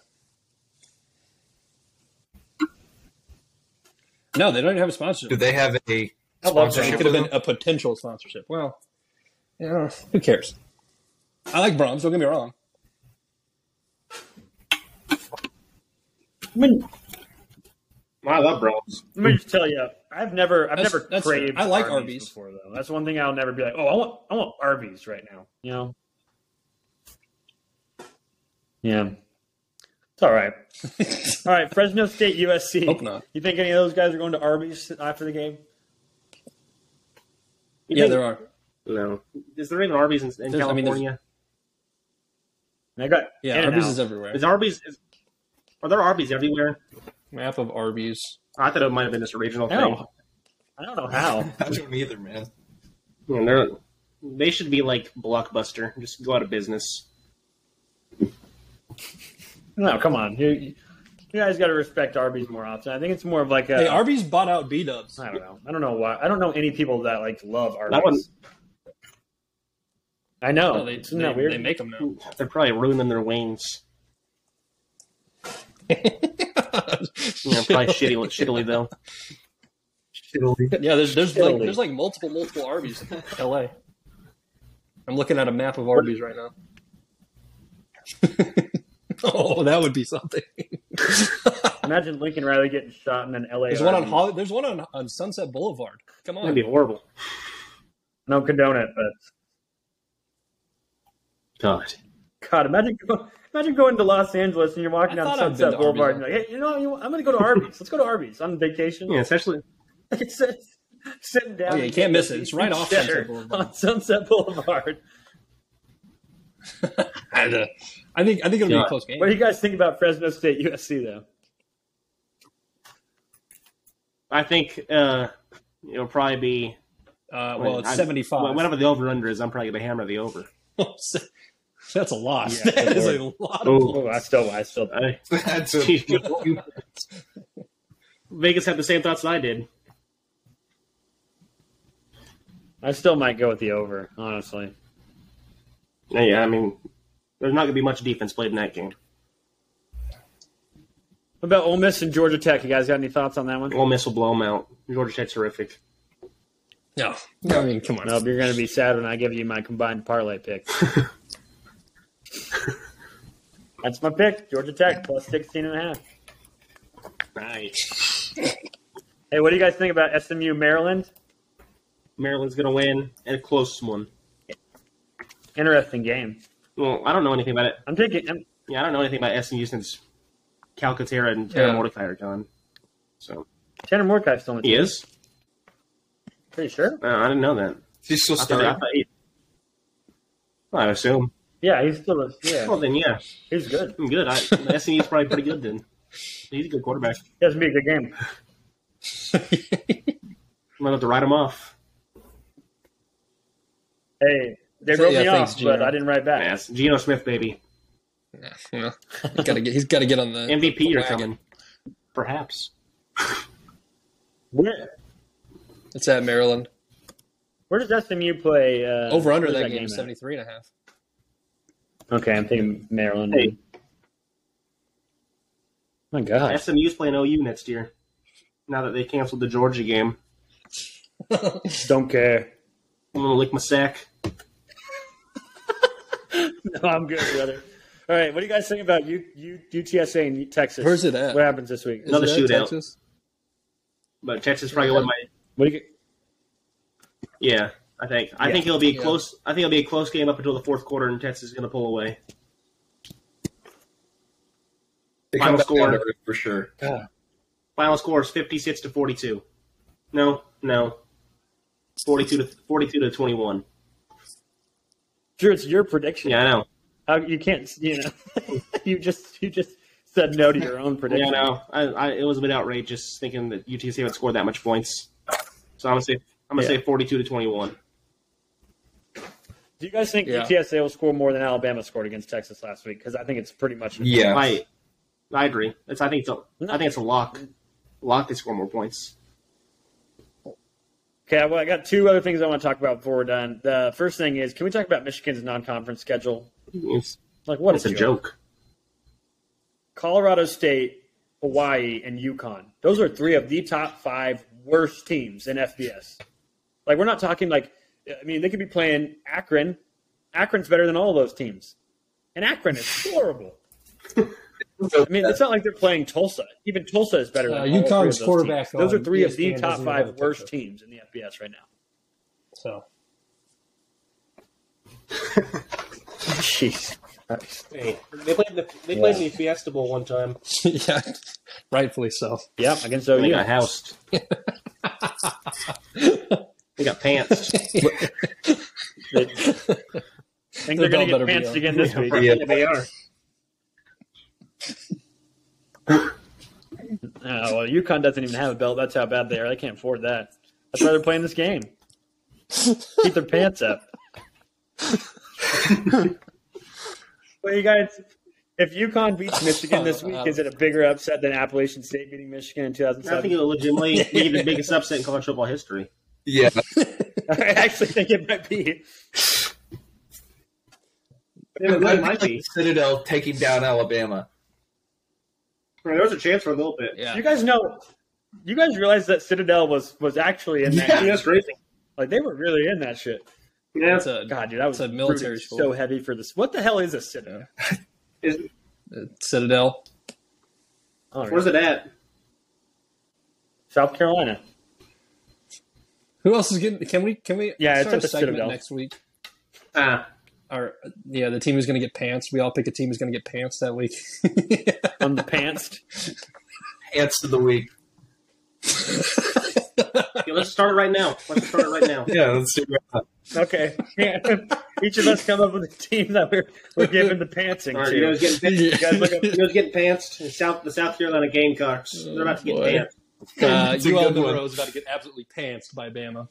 J: No, they don't even have a sponsorship.
L: Do they have a
J: I love that.
L: sponsorship
J: It could have
L: with
J: been a potential sponsorship. Well, you know, who cares? I like Brahms. Don't get me wrong.
I: I mean,
K: I love Brahms.
I: Let me just tell you, I've never, I've
J: That's-
I: never
J: that's fair.
I: craved.
J: I like Arby's.
I: before, though. That's one thing I'll never be like. Oh, I want, I want Arby's right now. You know, Yeah. it's all right. all right, Fresno State, USC.
J: Hope not.
I: You think any of those guys are going to Arby's after the game?
J: Yeah, there are.
K: No. Is there even Arby's in, in
I: There's- I mean, there's-
K: California?
I: I got
J: Yeah, In-N-Out. Arby's is everywhere.
K: Is Arby's? Is, are there Arby's everywhere?
J: Map of Arby's.
K: I thought it might have been this original
J: I don't-
K: thing.
I: I don't know how.
L: I don't either, man.
K: Yeah, they're, they should be like Blockbuster. Just go out of business.
I: No, come on. You, you guys got to respect Arby's more often. I think it's more of like a
J: Hey, Arby's bought out B Dubs.
I: I don't know. I don't know why. I don't know any people that like love Arby's.
K: That one-
I: I know. Isn't that weird?
K: They're probably ruining their wings. yeah, probably shitty, shittily though.
J: Yeah, there's there's like
K: Shittily.
J: there's like multiple multiple Arby's in LA. I'm looking at a map of Arby's right now. oh, that would be something.
I: Imagine Lincoln Riley getting shot in an LA.
J: There's one on
I: Arby's.
J: Holly, there's one on, on Sunset Boulevard. Come on.
I: That'd be
K: horrible.
I: I don't condone it, but
K: God.
I: God, imagine go- imagine going to Los Angeles and you're walking
K: I
I: down
K: thought I'd been
I: Sunset
K: to
I: Boulevard and
K: Arby's.
I: you're like, hey, you know, you, I'm going to go to Arby's. Let's go to Arby's on vacation.
K: Yeah, especially
I: It's- it's sitting down.
J: Oh, yeah, you
I: and
J: can't
I: getting
J: miss
I: a
J: it. It's
I: beef
J: right
I: and
J: off
I: cheddar
J: Sunset Boulevard.
I: On Sunset Boulevard.
J: I think I think it'll be a close game.
I: What do you guys think about Fresno State USC though?
K: I think uh, it'll probably be.
J: Uh,
I: well, it's 75.
K: well, Whatever the over under is, I'm probably going to hammer the over.
J: That's a lot.
I: Yeah,
J: that
I: good
J: is
I: lord.
J: a lot.
K: Ooh.
J: Of
I: Oh, I still, I still.
L: That's a-
K: Vegas had the same thoughts I did.
I: I still might go with the over, honestly.
K: Yeah, yeah, I mean, there's not going to be much defense played in that game.
I: What about Ole Miss and Georgia Tech? You guys got any thoughts on that one?
K: Ole Miss will blow them out. Georgia Tech's horrific.
J: No, no, I mean, come on.
I: Nope, you're going to be sad when I give you my combined parlay pick. That's my pick, Georgia Tech plus 16 and a half.
K: Nice.
I: Hey, what do you guys think about SMU Maryland?
K: Maryland's going to win and a close one.
I: Interesting game.
K: Well, I don't know anything about it.
I: I'm taking. I'm,
K: yeah, I don't know anything about SMU since Calcaterra and Terra
I: Yeah.
K: Mordecai are gone. So
I: Tanner Mordecai's still on the
K: he
I: team.
K: is.
I: Pretty sure.
K: Uh, I didn't know that.
L: He's
I: still
K: I,
I: starting?
K: thought he- Well, I assume.
I: Yeah, he's still. a- Yeah.
K: Well, then yeah,
I: he's good.
K: I'm good. I, SMU's probably pretty good then. He's a good quarterback.
I: That's gonna be a good game.
K: I'm gonna have to write them off.
I: Hey, they
K: So,
I: wrote
K: yeah,
I: me
K: thanks,
I: off,
K: Gino.
I: but I didn't write back.
K: Yes, Geno Smith, baby.
J: Yeah, gotta get, he's got to get on the
K: MVP
J: the
K: are
J: wagon.
K: coming, perhaps.
I: Where?
J: It's at Maryland.
I: Where does SMU play? Uh,
J: Over under
I: where's
J: that game is
I: at?
J: 73 and a half.
I: Okay, I'm thinking Maryland.
K: Hey.
I: My God.
K: SMU's playing OU next year. Now that they canceled the Georgia game,
I: don't care.
K: I'm gonna lick my sack.
I: No, I'm good, brother. All right, what do you guys think about U, U, UTSA and Texas?
K: Where's it at?
I: What happens this week?
K: Is Another it at shootout. Texas? But Texas probably won my.
I: What do you?
K: Yeah, I think. I
I: Yeah.
K: think it'll be a
I: Yeah.
K: close. I think it'll be a close game up until the fourth quarter, and Texas is gonna pull away.
L: They come
K: Final
L: back down
K: score.
L: to earth for sure.
K: Final score is fifty-six to forty-two. No, no. Forty-two to forty-two to twenty-one.
I: Drew, it's your prediction.
K: Yeah, I know.
I: How, you can't. You know, you just you just said no to your own
K: Yeah, I
I: prediction.
K: know. I, I, it was a bit outrageous thinking that UTC would score that much points. So I'm gonna say I'm gonna
I: Yeah.
K: say forty-two to twenty-one.
I: Do you guys think
K: Yeah.
I: UTSA will score more than Alabama scored against Texas last week? Because I think it's pretty much
K: I, I agree. It's I think it's a I think it's a lock. Lock to score more points.
I: Okay, well, I got two other things I want to talk about before we're done. The first thing is, can we talk about Michigan's non-conference schedule?
K: It's,
I: Like, what
K: it's
I: a
K: a joke.
I: Colorado State, Hawaii, and UConn. Those are three of the top five worst teams in FBS. Like we're not talking like I mean they could be playing Akron. Akron's better than all those teams, and Akron is horrible. I mean, it's not like they're playing Tulsa. Even Tulsa is better.
J: Uh,
I: Than all three of
J: UConn's
I: those teams.
J: quarterback
I: Those are
J: on E
I: three of the
J: ESPN
I: top
J: doesn't even have
I: five
J: a
I: worst teams in the FBS right now.
J: So
I: Jeez.
K: Hey, they played the they
J: played
K: the Fiesta Bowl one time.
J: yeah, rightfully so.
I: Yep, against OU.
K: They got housed. they got pants.
I: think they're going to get pantsed again this week.
K: they are.
I: Oh, well, UConn doesn't even have a belt. That's how bad they are. They can't afford that. That's why they're playing this game. Keep their pants up. well, you guys, if UConn beats Michigan this week, is it a bigger upset than Appalachian State beating Michigan in
K: I
I: 2007?
K: think it'll legitimately be the biggest upset in college football history.
L: Yeah.
I: I actually think it might be.
K: Yeah,
L: That'd
K: that
L: be like
K: might be.
L: Citadel taking down Alabama.
K: There was a chance for a little bit. Yeah.
I: You guys know, you guys realize that Citadel was was actually in that.
K: Yeah,
I: game?
K: that's crazy.
I: Like they were really in that shit.
K: Yeah.
J: It's a-
I: God, dude, that was
J: it's a military
I: rooting
J: school.
I: so heavy for this. What the hell is a Citadel?
J: Citadel.
I: All right.
K: Where's it at?
I: South Carolina.
J: Who else is getting? Can we? Can we?
I: Yeah, it's
J: start
I: at the
J: a segment
I: Citadel.
J: next week.
K: Ah.
J: Or uh, yeah, the team who's going to get pants. We all pick a team who's going to get pants that week.
I: I'm the pantsed.
L: Ants of the week.
K: Yeah, let's start it right now. Let's start it right now.
L: Yeah, let's do that.
I: Okay. Yeah. Each of us come up with a team that we're, we're giving the pantsing
K: All right,
I: to.
K: you guys getting, you guys look up, you guys getting pantsed. The South, the South Carolina Gamecocks. They're about to get
J: boy.
K: pants.
J: Uh,
K: It's a
J: UL
K: good one.
J: Monroe is about to get absolutely pantsed by Bama.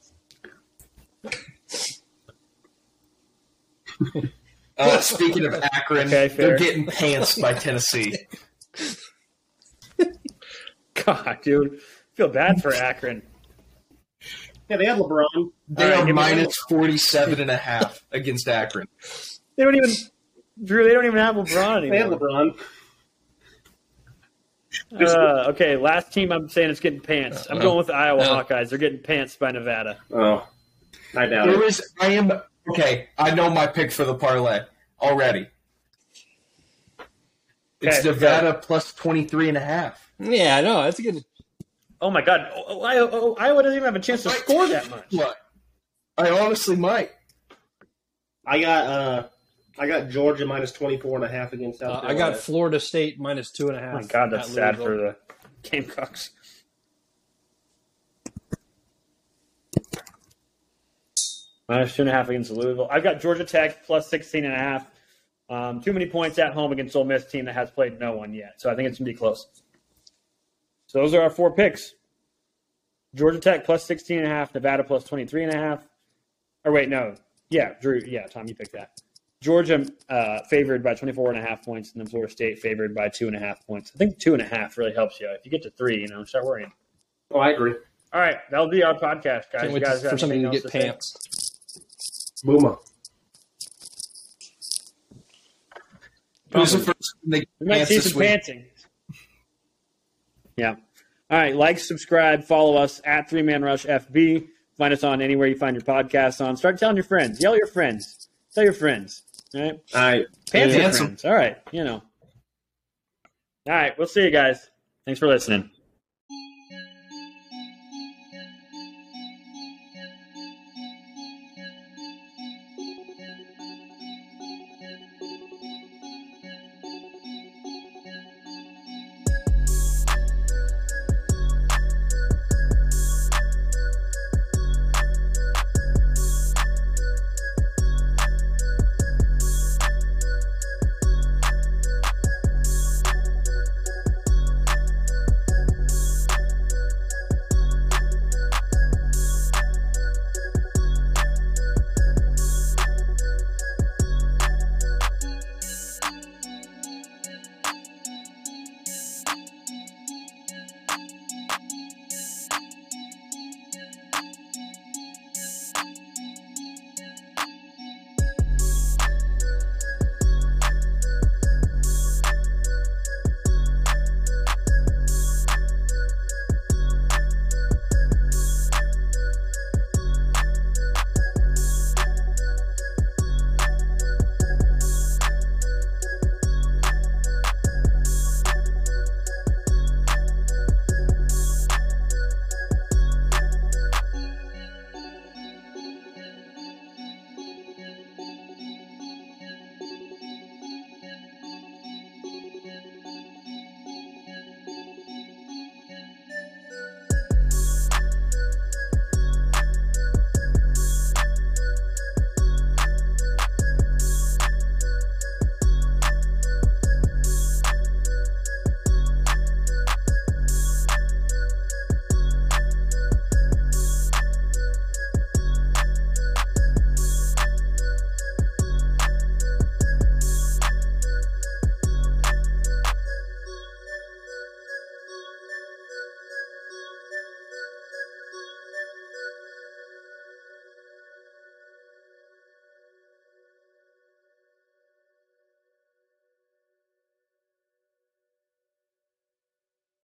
L: Uh, speaking of Akron,
J: Okay, fair.
L: they're getting pants by Tennessee.
I: God, dude. I feel bad for Akron.
K: Yeah, they have LeBron.
L: They
I: All right,
L: are
I: give me
L: minus 47 and a half against Akron.
I: They don't even, Drew, they don't even have LeBron anymore.
K: They have LeBron.
I: Uh, okay, last team I'm saying is getting pants. I'm
K: Uh-oh.
I: going with the Iowa
K: Uh.
I: Hawkeyes. They're getting pants by Nevada.
K: Oh, I doubt
L: There is, I am, okay, I know my pick for the parlay already. It's
I: Okay,
L: Nevada plus 23 and a half.
J: Yeah, I know. That's a good.
I: Oh my God, oh, oh, Iowa, oh, Iowa doesn't even have a chance to score that much.
L: What? I honestly might.
K: I got uh, I got Georgia minus 24 and a half against South
J: Uh, I
K: Carolina.
J: got Florida State minus two and a half.
I: Oh my God, that's
J: at
I: sad for
J: Louisville.
I: the Gamecocks. Minus two and a half against Louisville. I've got Georgia Tech plus 16 and a half. Um, too many points at home against Ole Miss team that has played no one yet. So I think it's going to be close. So those are our four picks. Georgia Tech plus 16 and a half, Nevada plus 23 and a half. Or wait, no. Yeah, Drew. Yeah, Tom, you picked that. Georgia uh, favored by 24 and a half points, and then Florida State favored by two and a half points. I think two and a half really helps you. If you get to three, you know, start worrying.
K: Oh, I agree.
I: All right, that'll be our podcast, guys.
J: Can't
I: You
J: wait
I: guys
J: to-
I: got
J: for somebody to
I: anything
J: get
I: else say?
J: pants.
K: Booma.
L: Who's the first in the
I: We might see
L: this
I: some
L: week?
I: panting. Yeah. All right. Like, subscribe, follow us at Three Man Rush FB. Find us on anywhere you find your podcasts on. Start telling your friends. Yell at your friends. Tell your friends. All right.
K: All right.
I: Pants your
K: Handsome.
I: friends. All right. You know. All right. We'll see you guys. Thanks for listening.